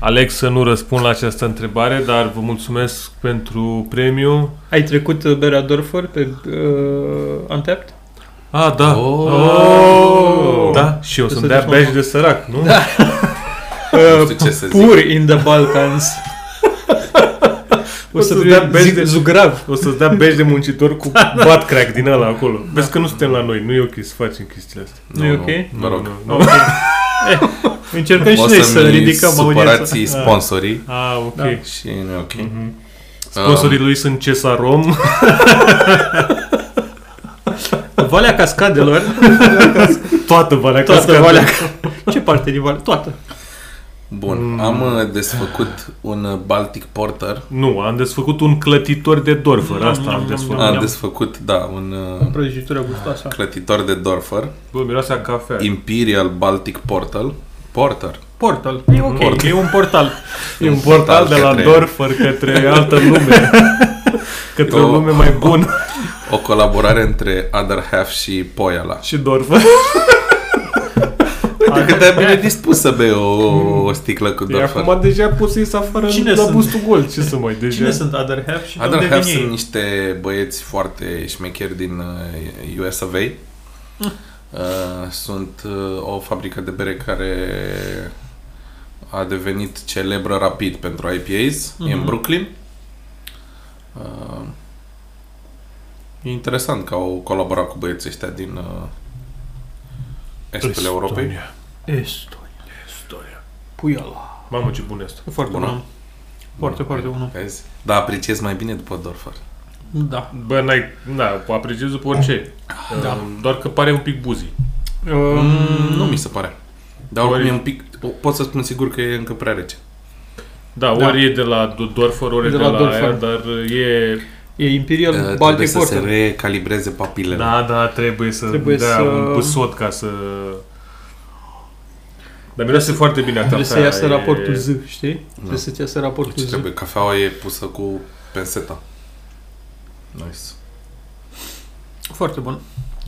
Alex să nu răspund la această întrebare, dar vă mulțumesc pentru premiu. Ai trecut uh, berea Dorfer pe uh, Antept? Ah, da. Oh. Da, și eu sunt Oh. să de duci beaj mă. de sărac, nu? Da. Nu știu ce să zic. Uh, Pur in the Balkans. o O să să dea fie benzi- zi- zugrav. O să-ți dea beaj de [LAUGHS] muncitor cu Da, bat crack din ăla acolo. Vezi că nu suntem la noi, nu e ok să facem chestiile astea. Nu e ok? Vă rog. Nu, [LAUGHS] nu, nu. Ok. Eh, Încercăm și O noi să să-mi ridicăm audiența. supărații sponsorii Ah, ok. Da. Ah. și nu e ok. Mhm. Sponsorii lui sunt Cesarom. Valea Cascadelor. [LAUGHS] Toată Valea Toată Cascadelor. Valea. Ce parte din Valea? Toată. Bun, Mm. am uh, desfăcut un uh, Baltic Porter. Nu, am desfăcut un clătitor de dorfăr. Asta am Mm, desfăcut. mm, Am Am- desfăcut, da, un uh, Prăjitură gustoasă. clătitor de Dorfer. Bă, miroase a cafea. Imperial Baltic Portal. Porter. Portal. E ok. Portal. E un portal. E un portal de la către- Dorfer către altă [LAUGHS] lume. Către o O- lume mai bună. Oh. O colaborare între Other Half și [LAUGHS] Poiala. Și Dorfer. Uite cât de bine dispus să bei o, o sticlă cu Păi E Dorfer. Păi acum deja poți să ies afară Cine la sunt? bustul gol. Ce să mai deja? Cine sunt Other Half și de unde Other vin Half sunt ei? niște băieți foarte șmecheri din uh, US of A. Uh, sunt uh, o fabrică de bere care a devenit celebră rapid pentru IPAs. E în Mhm. Brooklyn. Uh, e interesant că au colaborat cu băieții ăștia din uh, estul Europei. Estonia. Estonia. Estonia. Puiala. Mamă, ce bun este. E foarte Bună. bună. Foarte, foarte bună. Vezi? Dar apreciez mai bine după Dorfer. Da. Bă, n-ai, na, apreciez după orice. Da. Um, Doar că pare un pic buzi. Um, Mm, nu mi se pare. Dar oricum Ori- e un pic... Pot să spun sigur că e încă prea rece. Da, Da. ori e de la Do- Dorfer, ori e De de, de la la, Dorfer. aia, dar e... E Imperial Uh, trebuie Baltic să se Porter. recalibreze papilele. Da, da, trebuie să Trebuie dea să- un păsot ca să... Dar miroase foarte bine a Trebuie să iasă e- raportul Z, știi? Da. Trebuie să-ți iasă raportul Ce Z. Deci trebuie? Cafeaua e pusă cu penseta. Nice. Foarte bun.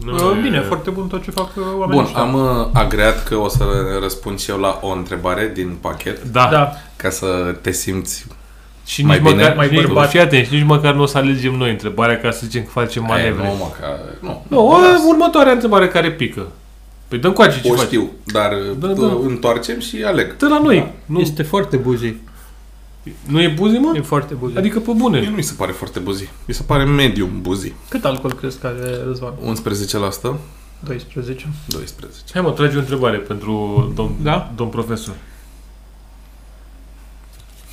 Nu, Uh, e- Bine, foarte bun tot ce fac uh, oamenii Bun, ăștia. am uh, agreat că o să răspund și eu la o întrebare din pachet, Da. da. Da, ca să te simți... Și nici Mai mai bine, măcar, mai mai nici, bărbat. fii atent, și nici măcar nu o să alegem noi întrebarea ca să zicem că facem manevre. Ai, nu, mă, ca... Nu, Nu, o, las. următoarea întrebare care pică. Păi dăm coace ce o faci. știu, dar Da, da, da. da. întoarcem și aleg. Dă la noi. Nu, este foarte buzi. nu e buzi, mă? E foarte buzi. Adică... Adică pe Mie bune. nu mi se pare foarte buzi. Mi se pare medium buzi. Cât alcool crezi că are Răzvan? 11%, 12. 12%. Hai mă, trage o întrebare pentru domn, Da? domn profesor.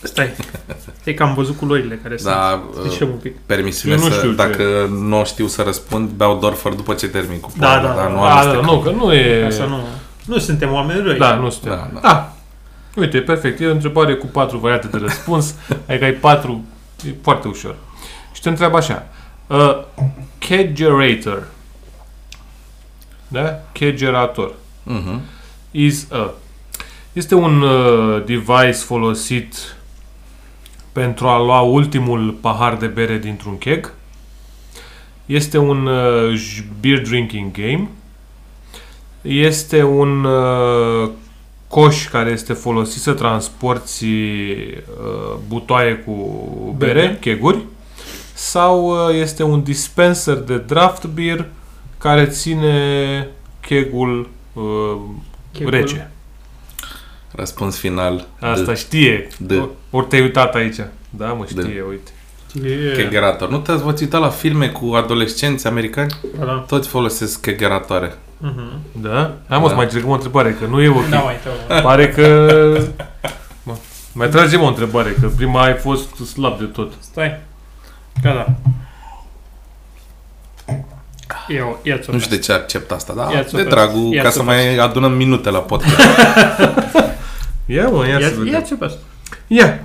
Stai. E că am văzut culorile care Da, sunt. uh, Zicem un pic. permisiune Eu nu să, știu ce dacă nu știu să răspund, beau Dorfer după ce termin cu Da, părerea, da, dar da. nu Da, da, amestec. nu, că nu e... Ca să nu... Nu suntem oameni răi. Da, nu știu. Da, da. Da. Uite, perfect. E o întrebare cu patru variante de răspuns. adică ai patru... E foarte ușor. Și te întreabă așa. Uh, kegerator. Da? Kegerator. Mhm. is a. Este un uh, device folosit pentru a lua ultimul pahar de bere dintr-un keg. Este un uh, j- beer drinking game. Este un uh, coș care este folosit să transporti uh, butoaie cu bere, Bere. cheguri. Sau uh, este un dispenser de draft beer care ține chegul uh, Chegul. Rece. Răspuns final. Asta știe. D. O- Ori te-ai uitat aici. Da, mă, știe, uite. E... Kegerator. Nu te-ați v-ați uitat la filme cu adolescenți americani? Da, da. Toți folosesc kegeratoare. Mhm. Da? Hai mă, Da. să mai trec o întrebare, că nu e ok. Da, mai tău. Pare că... Mă, mai tragem o întrebare, că prima ai fost slab de tot. Stai. Gata. Eu, ia-ți-o. Nu știu de ce accept asta, dar Ia-ți-o de pe- dragul, ia-ți-o ca să pe- mai adunăm minute la [LAUGHS] podcast. Ia mă, ia, să Ia- vedem. Ia-ți-o pe asta. Ia.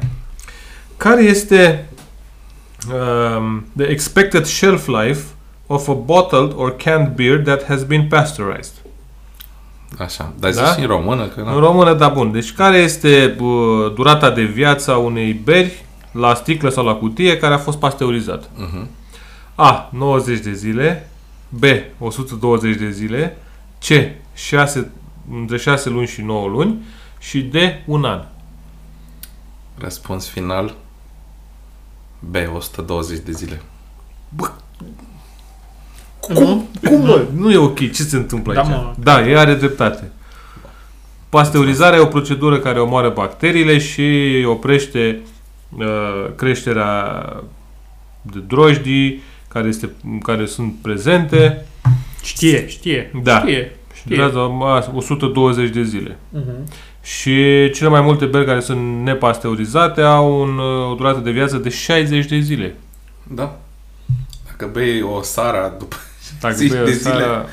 Care este um, the expected shelf life of a bottled or canned beer that has been pasteurized? Așa, dar Da? zici și în română că În na. română, da, bun. Deci care este bă, durata de viață a unei beri la sticlă sau la cutie care a fost pasteurizată? Mhm. A. 90 de zile B. 120 de zile C. 6, între 6 luni și 9 luni și D. Un an. Răspuns final. B, 120 de zile. Cum? Cum, mă? Nu e ok. Ce se întâmplă Da, aici? mă. Da, ea are dreptate. Pasteurizarea e o procedură care omoară bacteriile și oprește uh, creșterea de drojdii care, este, care sunt prezente Știe, știe. Da. Știe. și durează ma- 120 de zile. Mhm. Și cele mai multe beri care sunt nepasteurizate au un, uh, o durată de viață de 60 de zile. Da? Dacă bei o sara după... Dacă 60 bei o de zile. seară-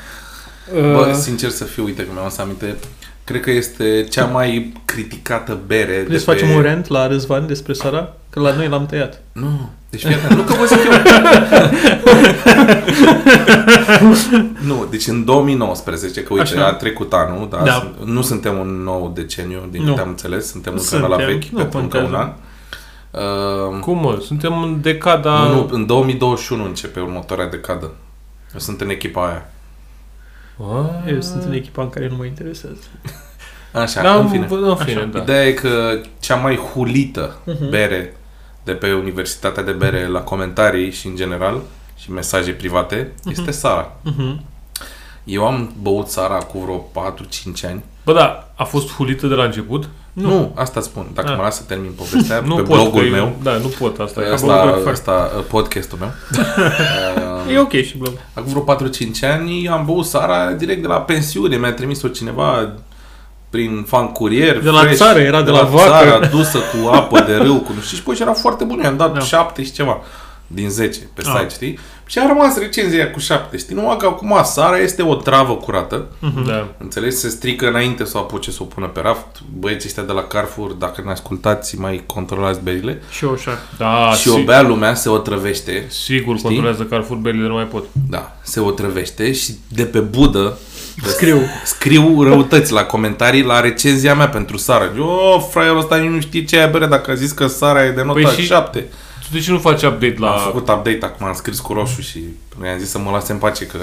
Bă, Uh, sincer să fiu, uite că mi-am adus aminte. Cred că este cea mai criticată bere Vrei să de pe... facem un rant la Răzvan despre Sara? Că la noi l-am tăiat. Nu, deci fii atent, nu că vă zic eu. [LAUGHS] nu, deci în 2019, că uite, Așa. a trecut anul, da, Da. sunt- nu suntem un nou deceniu, din Nu. câte am înțeles, suntem încă Suntem, la vechi, nu pentru încă un an. contează. Uh, Cum mă? Suntem în decada... nu, nu, în 2021 începe următoarea decadă. Eu sunt în echipa aia. Ah. Eu sunt în echipa în care nu mă interesează. Așa, Da, în fine. În fine, Așa. da. Ideea e că cea mai hulită Mhm. bere de pe Universitatea de Bere la comentarii și în general și mesaje private este Sara. Mhm. Eu am băut țara cu vreo 4-5 ani. Bă, da, a fost hulită de la început? Nu, nu asta spun. Dacă Ah. mă las să termin [LAUGHS] povestea Nu pe pot, blogul că eu- meu, Da, nu pot, asta e. asta, Blogul meu. asta, podcastul meu, Ah. uh, E ok și blog. acum vreo 4-5 ani am băut țara direct de la pensiune. Mi-a trimis-o cineva prin fan curier. De la fresh, țară, era de la vacă. țară, dusă [LAUGHS] cu apă de râu, cu nu știu, și păi și era foarte bun. Eu am dat Da. 7 și ceva din 10 pe Ah. site, știi? Și a rămas recenzia cu 7, știi? Numai că acum sara este o travă curată. Da. Înțelegi? Se strică înainte să o apuce să o pună pe raft. Băieții ăștia de la Carrefour, dacă ne ascultați, mai controlați berile. Și eu așa. Da, și o si- bea lumea, se otrăvește. Sigur, Știi? controlează Carrefour Belly, dar nu mai pot. Da, se otrăvește și de pe budă Scriu. Scriu răutăți la comentarii, la recenzia mea pentru Sara. O, fraierul ăsta nici nu știe ce e bere dacă a zis că Sara e de nota Păi și- da. 7. Tu de ce nu faci update Am la... făcut update acum, am scris cu roșu și mi-am zis să mă lase în pace că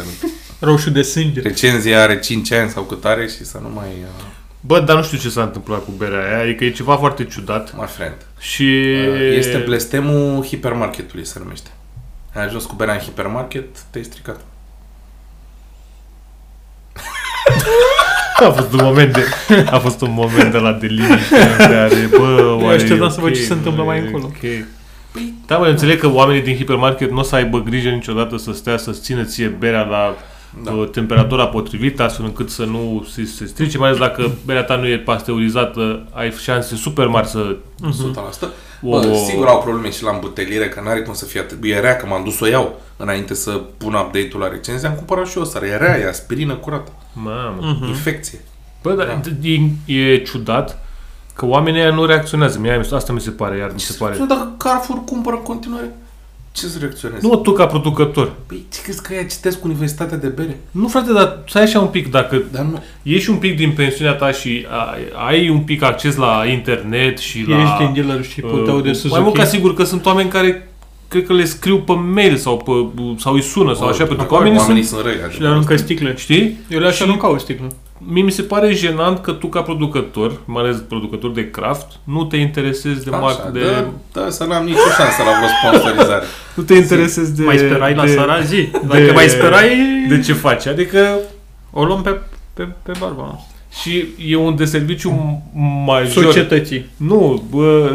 Roșu de sânge. recenzia are 5 ani sau cât are și să nu mai... Uh, Bă, dar nu știu ce s-a întâmplat cu berea aia, adică e ceva foarte ciudat my friend. și... Uh, Este blestemul hipermarketului, se numește. Ai ajuns cu berea în hipermarket, te-ai stricat. A fost un moment de... A fost un moment de la deliniște în care, bă, oare așteptam e să văd ok, ce se întâmplă nu mai e încolo. ok. Da, mă, înțeleg că oamenii din hipermarket nu o să aibă grijă niciodată să stea să-ți țină ție berea la Da. da. temperatura potrivită, astfel încât să nu se, se strice, mai ales dacă berea ta nu e pasteurizată, ai șanse super mari să... 100%. Bă, sigur au probleme și la îmbutelire, că n-are cum să fie atât. E rea, că m-am dus să o iau înainte să pun update-ul la recenzie. Am cumpărat și eu o sară. E rea, e aspirină curată. Mamă. Mm. Infecție. Bă, dar da. e, e ciudat că oamenii ăia nu reacționează. Mie, aia mi- asta mi se pare, iar mi se pare. Nu, dacă Carrefour cumpără în continuare, ce să reacționezi? Nu tu ca producător. Păi, ce crezi că ea citesc Universitatea de Bere? Nu, frate, dar stai așa un pic. Dacă Dar nu. ieși un pic din pensiunea ta și ai, ai un pic acces la internet și la... Ești din dealership-ul tău de Păi da. uh, Suzuki. Mai mult ca sigur că sunt oameni care cred că le scriu pe mail sau, pe, sau îi sună sau așa, pentru că Acum oamenii, oamenii sunt... sunt răi. adică. Și le aruncă sticle. Știi? Eu le-aș arunca o sticlă. Mie mi se pare jenant că tu ca producător, mai ales producător de craft, nu te interesezi de Așa, marc de... de... Păi Da, da, să n-am nicio șansă la vreo sponsorizare. Nu te interesezi de... mai sperai la de- Sara zi? Dacă mai sperai, De ce faci? Adică O luăm pe, pe, pe barba. și e un deserviciu major. Societății. Nu, bă,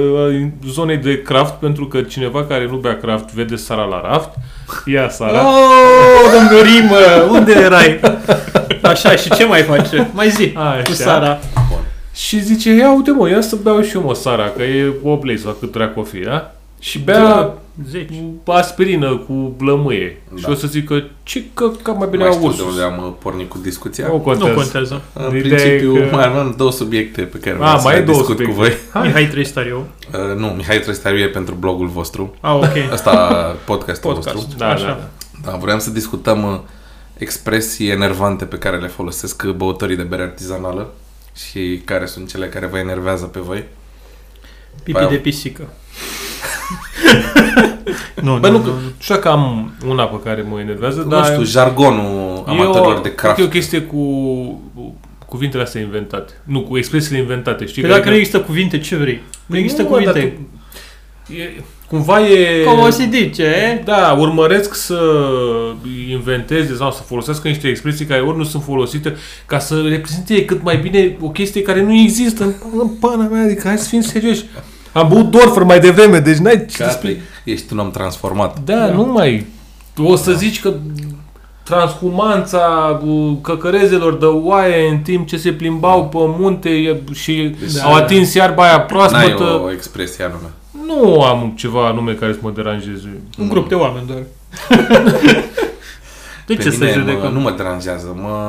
zonei de craft, pentru că cineva care nu bea craft vede Sara la raft, ia Sara. Oh, domnul Rimă, unde erai? Așa, și ce mai face? Mai zi, Așa. cu Sara. Și zice, ia uite mă, ia să beau și eu mă Sara, că e 8 lei sau cât dracu o fi, da? Și bea Da. Zici. aspirină cu lămâie. Da. Și o să zică, ce că, că mai bine Nu mai au știu de ursus. unde am uh, pornit cu discuția. Nu contează. nu contează. În Ideea e principiu, că- mai avem două subiecte pe care A, vreau să mai le e două discut cu subiecte. voi. Mihai Tristariu. Uh, nu, Mihai Trăstariu e pentru blogul vostru. Ah, ok. Asta podcastul Podcast. vostru. Da, Așa. da, da. Da, vreau să discutăm uh, expresii enervante pe care le folosesc băutorii de bere artizanală și care sunt cele care vă enervează pe voi. Pipi de pisică. Nu, Bă, nu, nu, că, nu. nu știu că am una pe care mă enervează, Da, nu dar știu, jargonul e amatorilor o, de craft. E o chestie cu cuvintele astea inventate. Nu, cu expresiile inventate. Știi? Păi care- dacă nu există cuvinte, ce vrei? Nu există mă, dar cuvinte. tu- E, cumva e... Cum se dice? Da, urmăresc să inventeze sau să folosească niște expresii care ori nu sunt folosite ca să reprezinte cât mai bine o chestie care nu există în, în pana mea, adică hai să fim serioși. Am băut Dorfer mai devreme, deci n-ai ce Gata, despre... Ești un om transformat. Da, da, nu mai... O să da. zici că transhumanța cu căcărezelor de oaie în timp ce se plimbau pe munte e- și Deci- da. au atins iarba aia N-ai proaspătă. o expresie anume. Nu am ceva anume care să mă deranjeze. Un grup de oameni doar. De Pe ce să mine mă, judecăm? nu mă deranjează, mă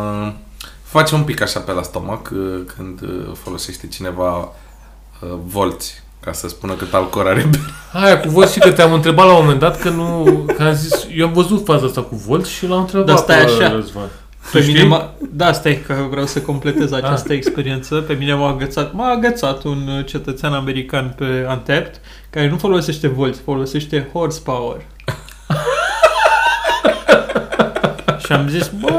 face un pic așa pe la stomac uh, când uh, folosește cineva uh, volți ca să spună cât alcool are berea. Aia cu Volt și că te-am întrebat la un moment dat că nu... Că am zis... Eu am văzut faza asta cu Volt și l-am întrebat Da, Dar stai pe așa. Răzvan. Pe mine știi? m-a... Da, stai că vreau să completez această experiență. Pe mine m-a agățat, m-a agățat un uh, cetățean american pe Antept care nu folosește volți, folosește horsepower. și am zis, bă,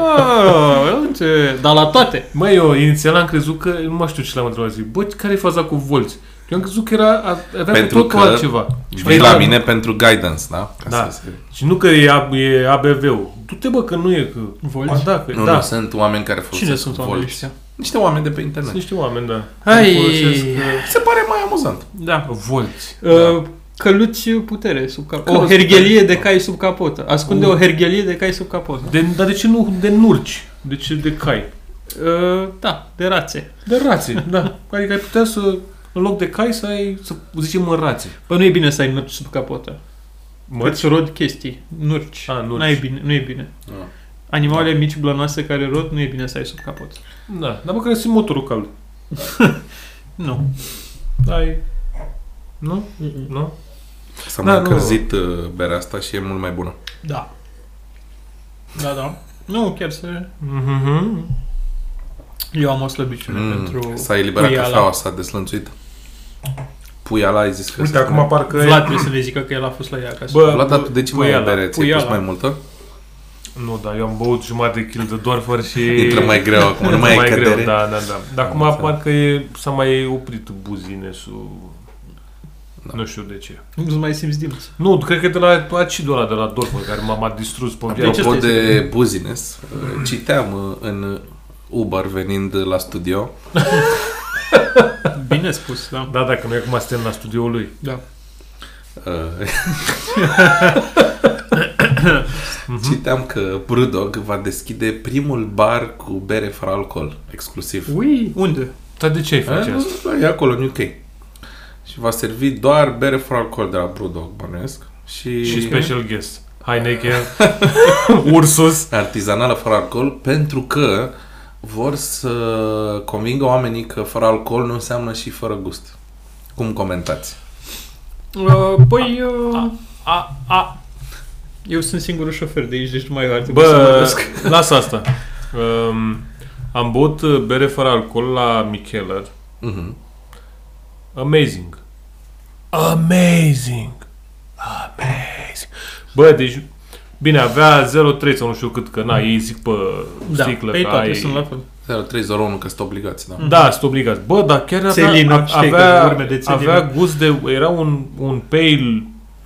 uite, dar la toate. Măi, eu inițial am crezut că... Nu mai știu ce l-am întrebat. Zic, bă, care e faza cu Volt? Eu am crezut că era, a- avea Pentru cu totul că altceva. da, Și Vii am- la mine pentru guidance, da? Ca Păi Da. Să se... Și nu că e, A- e ABV-ul. Du-te, bă, că nu e că... Volți? Ba, da, că, Nu, da. nu, sunt oameni care folosesc Cine sunt oamenii volți. ăștia? Niște oameni de pe Sunt internet. niște oameni, da. Hai. Care folosesc, uh, Se pare mai amuzant. Da. Volți. Uh, Căluți putere sub cap. O Căluți herghelie putere. de cai sub capotă. Ascunde Uh. o herghelie de cai sub capotă. De, dar de ce nu de nurci? De ce de cai? Uh, da, de rațe. De rațe, da. Adică ai putea să, în loc de cai, să ai, să zicem, în rațe. Bă, nu e bine să ai nurci sub capotă. Mărți? Îți rod chestii, Ah, nurci. Ah. A, nurci. N-ai bine, nu e bine. Da. Animale mici blănoase care rod, nu e bine să ai sub capot. Da, dar măcar simt motorul cald. Nu. Ai... Nu? Nu? S-a Da, da, nu. încălzit uh, berea asta și e mult mai bună. Da. Da, da. Nu, chiar să... Mhm. Eu am o slăbiciune mm, pentru S-a eliberat puiala. cafeaua, s-a deslănțuit. Puiala, ai zis că Uite, se acum spune. parcă... Vlad trebuie să le zică că el a fost la ea acasă. Bă, Bă, Vlad, dar de ce mai ai puiala, bere? Ți-ai pus puiala. mai multă? Nu, dar eu am băut jumătate de kil de Dorfer și... Intră mai greu acum, nu [LAUGHS] mai ai greu, cădere. Da, da, da. Dar Am acum înțeles. parcă e, s-a mai oprit buzinesul. Da. Nu știu de ce. nu mai simți dimț. Nu, cred că de la acidul ăla de la Dorfer, care m-a, m-a distrus pe viață. Apropo stai să de buzines, uh, citeam uh, în Uber venind la studio. Bine spus, da. Da, dacă noi acum suntem la studioul lui. da. uh, [LAUGHS] Citeam că Brewdog va deschide primul bar cu bere fără alcool, exclusiv. Ui, unde? Dar de ce ai face A, asta? E acolo, în UK. Și va servi doar bere fără alcool de la Brewdog, bănuiesc. Și, Și special guest. [LAUGHS] Heineken, Ursus. artizanală fără alcool, pentru că vor să convingă oamenii că fără alcool nu înseamnă și fără gust. Cum comentați? Uh, păi, uh, A, a, eu sunt singurul șofer de aici, deci nu mai ar trebui să bă, vorbesc. lasă asta. Um, am băut uh, bere fără alcool la Micheller. Mhm. Amazing. Amazing. Amazing. Bă, deci... Bine, avea 0,3 sau nu știu cât, că na, ei zic pe Da, sticlă pe că toate ai... sunt la fel. 0301 că sunt obligați, da. Da, sunt obligați. Bă, dar chiar avea, Țelină, a- știi că avea, urme de țelină. avea gust de... Era un, un pale...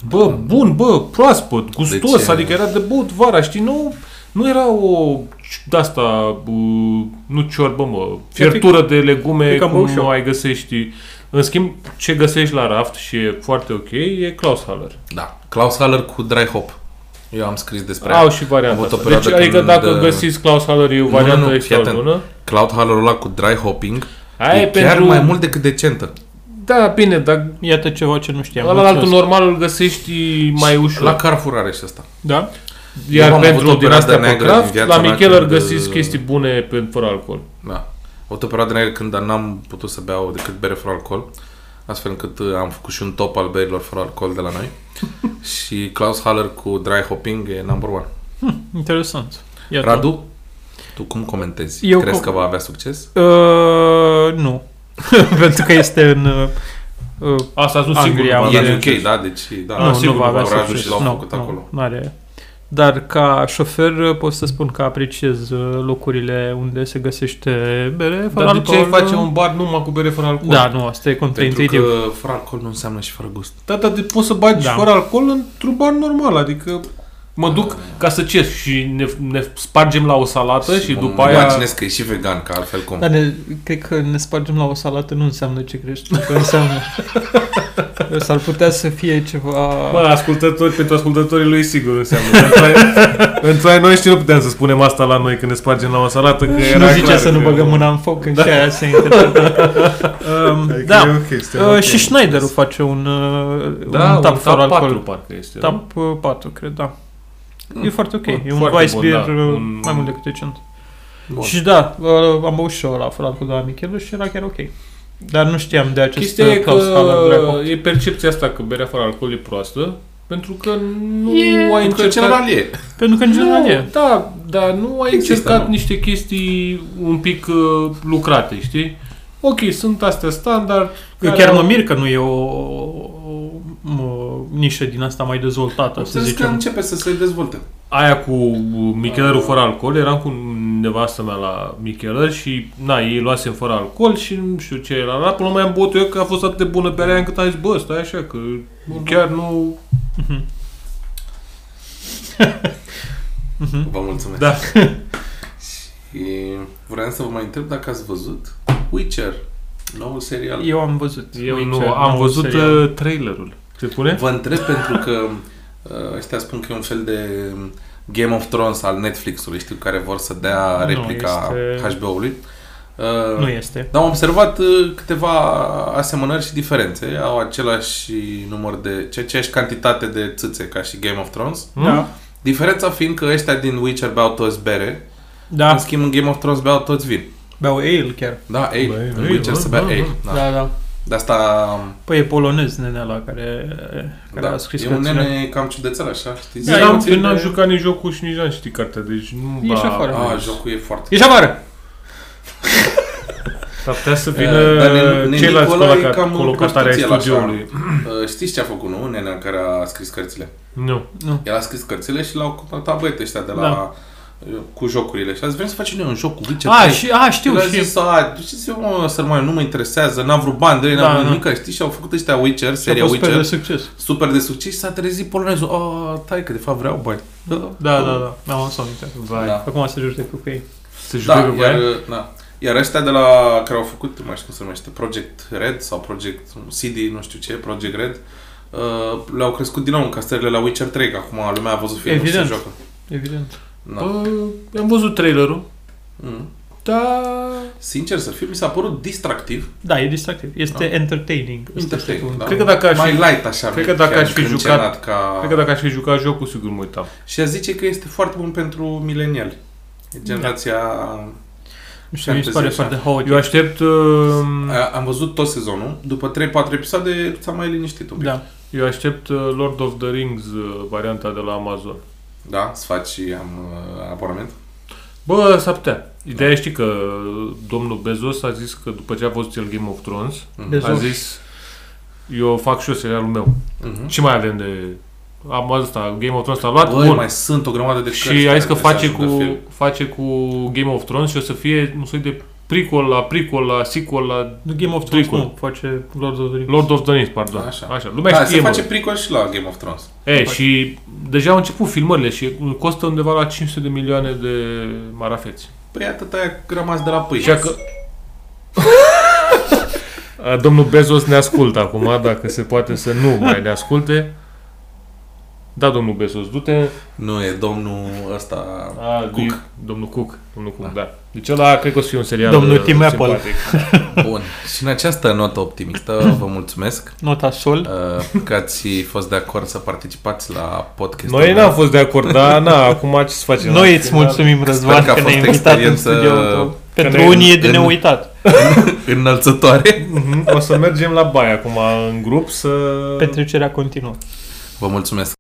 Bă, bun, bă, proaspăt, gustos, Deci, deci, adică era de băut vara, știi, nu... Nu era o de asta, nu ciorbă, mă, fiertură de legume pic am cum băut și eu. nu ai găsești. În schimb, ce găsești la raft și e foarte ok, e Klaus Haller. Da. Klaus Haller cu dry hop. Eu am scris despre Au aia. și Am varianta avut o asta. Deci, perioadă adică când, dacă uh, găsiți Klaus Haller, e o nu, variantă nu, fii atent. extraordinară. Cloud Haller ăla cu dry hopping Aia e e chiar pentru... mai mult decât decentă. Da, bine, dar Iată ceva ce nu știam. Ăla altul Mulțumesc. normal îl găsești mai ușor. La Carrefour are și asta. Da? Eu Iar am pentru avut o din perioadă astea pe neagră din craft, viața la mea Micheller când, găsiți uh, chestii bune pe, fără alcool. Da. O perioadă neagră când n-am putut să beau decât bere fără alcool, astfel încât uh, am făcut și un top al berilor fără alcool de la [LAUGHS] noi. și Klaus Haller cu dry hopping e number one. Interesant. Iată. Uh, Radu, tu cum comentezi? Eu Crezi com- că va avea succes? Uh, nu. [LAUGHS] Pentru că este în... uh, Uh, Asta sunt Anglia, singur. am am E de- în UK, da, deci da. nu, sigur, nu va avea Radu și succes. l-au Nu, făcut acolo. Nu, are. Dar ca șofer uh, pot să spun că apreciez uh, locurile unde se găsește bere fără Dar de alcool. ce ai face un bar numai cu bere fără alcool? Da, nu, asta e Pentru contraintuitiv. că fără alcool nu înseamnă și fără gust. Da, dar de- poți să bagi Da. fără alcool într-un bar normal, adică mă duc ca să cer și ne, ne spargem la o salată și, Mă după aia... Imaginez că e și vegan, ca altfel cum. Dar ne, cred că ne spargem la o salată nu înseamnă ce crești, că [LAUGHS] înseamnă. S-ar putea să fie ceva... Bă, ascultători, pentru ascultătorii lui sigur înseamnă. Pentru ai- [LAUGHS] Pentru ai noi știi, nu puteam să spunem asta la noi când ne spargem la o salată, că Și era nu zicea clar să nu că- băgăm mâna în foc, că da. și aia se interpretă. [LAUGHS] um, Adică da, e ok, suntem uh, Ă, ok. și Schneiderul face un, uh, Da, un tap fără patru alcool. parcă este. nu? Tap uh, 4, cred, da. E foarte ok. Bun, e un Ah, foarte vice bun, beer da. uh, Un- mai mult decât decent. Bun. Și da, uh, am băut și eu la fără alcool de la Michelu și era chiar ok. Dar nu știam de acest Chestia uh, e Klaus Haller, dracu. că e percepția asta că berea fără alcool e proastă, pentru că nu E- ai Pentru că încercat... general e. Pentru că în general nu, e. Da, dar nu ai Există, încercat nu? niște chestii un pic uh, lucrate, știi? Ok, sunt astea standard. Eu care chiar au- mă mir că nu e o, o, o, o nișă din asta mai dezvoltată, să Să că zicem. începe să se dezvolte. Aia cu Michelerul fără alcool, eram cu nevastă mea la Micheler și, na, ei luasem fără alcool și nu știu ce era. La până mai am băut eu că a fost atât de bună pe aia încât am zis, bă, stai așa, că chiar nu... Vă mulțumesc. Da. [LAUGHS] Și vreau să vă mai întreb dacă ați văzut Witcher, noul serial. Eu am văzut. Eu Witcher, nu, noul am văzut serial. uh, trailerul. Se spune? Vă întreb pentru că uh, ăștia spun că e un fel de Game of Thrones al Netflix-ului, știu, care vor să dea Nu replica este- HBO-ului. Ă, Da. Nu este. Dar am observat uh, câteva asemănări și diferențe. Au același număr de, ce- aceeași cantitate de țâțe ca și Game of Thrones. Da. Diferența fiind că ăștia din Witcher beau toți bere, da. în Da. schimb în Game of Thrones beau toți vin. Beau ale chiar. Da, ale. Bă, în ale, Witcher bă, se bea da, ale. da. Da. Da, da. De asta Păi e polonez nenea ăla care, care da. a scris E un cărțile. nene cam ciudățel așa, știi? Da, Da, Zi- eu eu țin n-am, n-am de- jucat nici Da. jocul și nici n-am citit cartea, deci nu... [CLEARS THROAT] Ești afară. A, jocul e foarte... Ieși afară! S-ar putea să Eh, vină dar Nen- Nen ceilalți Nicola e coloca- cam colocatari ai prostituție, el așa. studioului. Uh, Știți ce a făcut, nu? Nenea care a scris cărțile. Nu. El a scris cărțile și l-au contratat băieții ăștia de la... uh, Da. cu jocurile. Și a zis, vrem să facem noi un joc cu Witcher Ah, A, 3. și, a, știu, El a și zis, a, ce mă, sărmane, nu mă interesează, n-am vrut bani de ei, n-am Da, vrut da. nimic, știi? Și au făcut ăștia Witcher, Și seria a fost pe de Witcher, succes. super de succes și s-a trezit polonezul. A, tai că de fapt vreau bani. Da, da, da. N-am auzit aminte. Vai, Da. Acum se judecă cu ei. se Da, judecă cu iar, ea. da. iar ăștia de la care au făcut, nu mai știu cum se numește, Project Red sau Project CD, nu știu ce, Project Red, uh, le-au crescut din nou încastările la Witcher 3, că acum lumea a văzut filmul Evident. și se joacă. Evident. Da. Bă, Am văzut trailerul, Mm. dar... Sincer să fiu, mi s-a părut distractiv. Da, e distractiv. Este entertaining. Ăsta este Entertaining, cuvântul. da. Cred că dacă aș mai fi- light așa. cred că dacă chiar aș fi jucat- încrâncenat Ca... Cred că dacă aș fi jucat jocul, sigur mă uitam. Și a zice că este foarte bun pentru mileniali. E Generația... Nu știu, mi se pare Fantasy, foarte haotic. Eu aștept... uh, A, am văzut tot sezonul. După 3-4 episoade s-a mai liniștit un pic. Da. Eu aștept uh, Lord of the Rings, uh, varianta de la Amazon. Da, să faci și am uh, abonament. Bă, s-ar putea. Ideea e, știi că uh, domnul Bezos a zis că după ce a văzut el Game of Thrones, Mm. Bezos. a zis eu fac și eu serialul meu. Mhm. Ce mai avem de... Am asta, Game of Thrones a luat, Băi, bun. mai sunt o grămadă de și a zis că care face trebuie să cu, ajungă face cu Game of Thrones și o să fie un soi de prequel la prequel la sequel la Nu Game of Thrones, Tricul. nu. Face Lord of the Rings. Lord of the Rings, pardon. Așa. Așa. film. Lumea Da, știe, se mă. face prequel și la Game of Thrones. E, și deja au început filmările și costă undeva la 500 de milioane de marafeți. Păi atât aia rămas de la pâine. Așa că... A, Domnul Bezos ne ascultă acum, dacă se poate să nu mai ne asculte. Da, domnul Bezos, du-te. Nu, e domnul ăsta... A, Cook. Cook. Domnul Cook. Domnul Cook, da. Deci ăla cred că o să fie un serial Domnul uh, Tim Apple. simpatic. Bun. și în această notă optimistă vă mulțumesc Nota sol. uh, că ați fost de acord să participați la podcastul Noi meu. n-am fost de acord, dar na, acum ce să facem? Da. Noi La îți final? mulțumim, Răzvan, că a că ne-ai fost invitat în experiență- studioul tău. Pentru ne- unii e de în- neuitat. înălțătoare. Mhm, O să mergem la baie acum în grup să... Petrecerea continuă. Vă mulțumesc!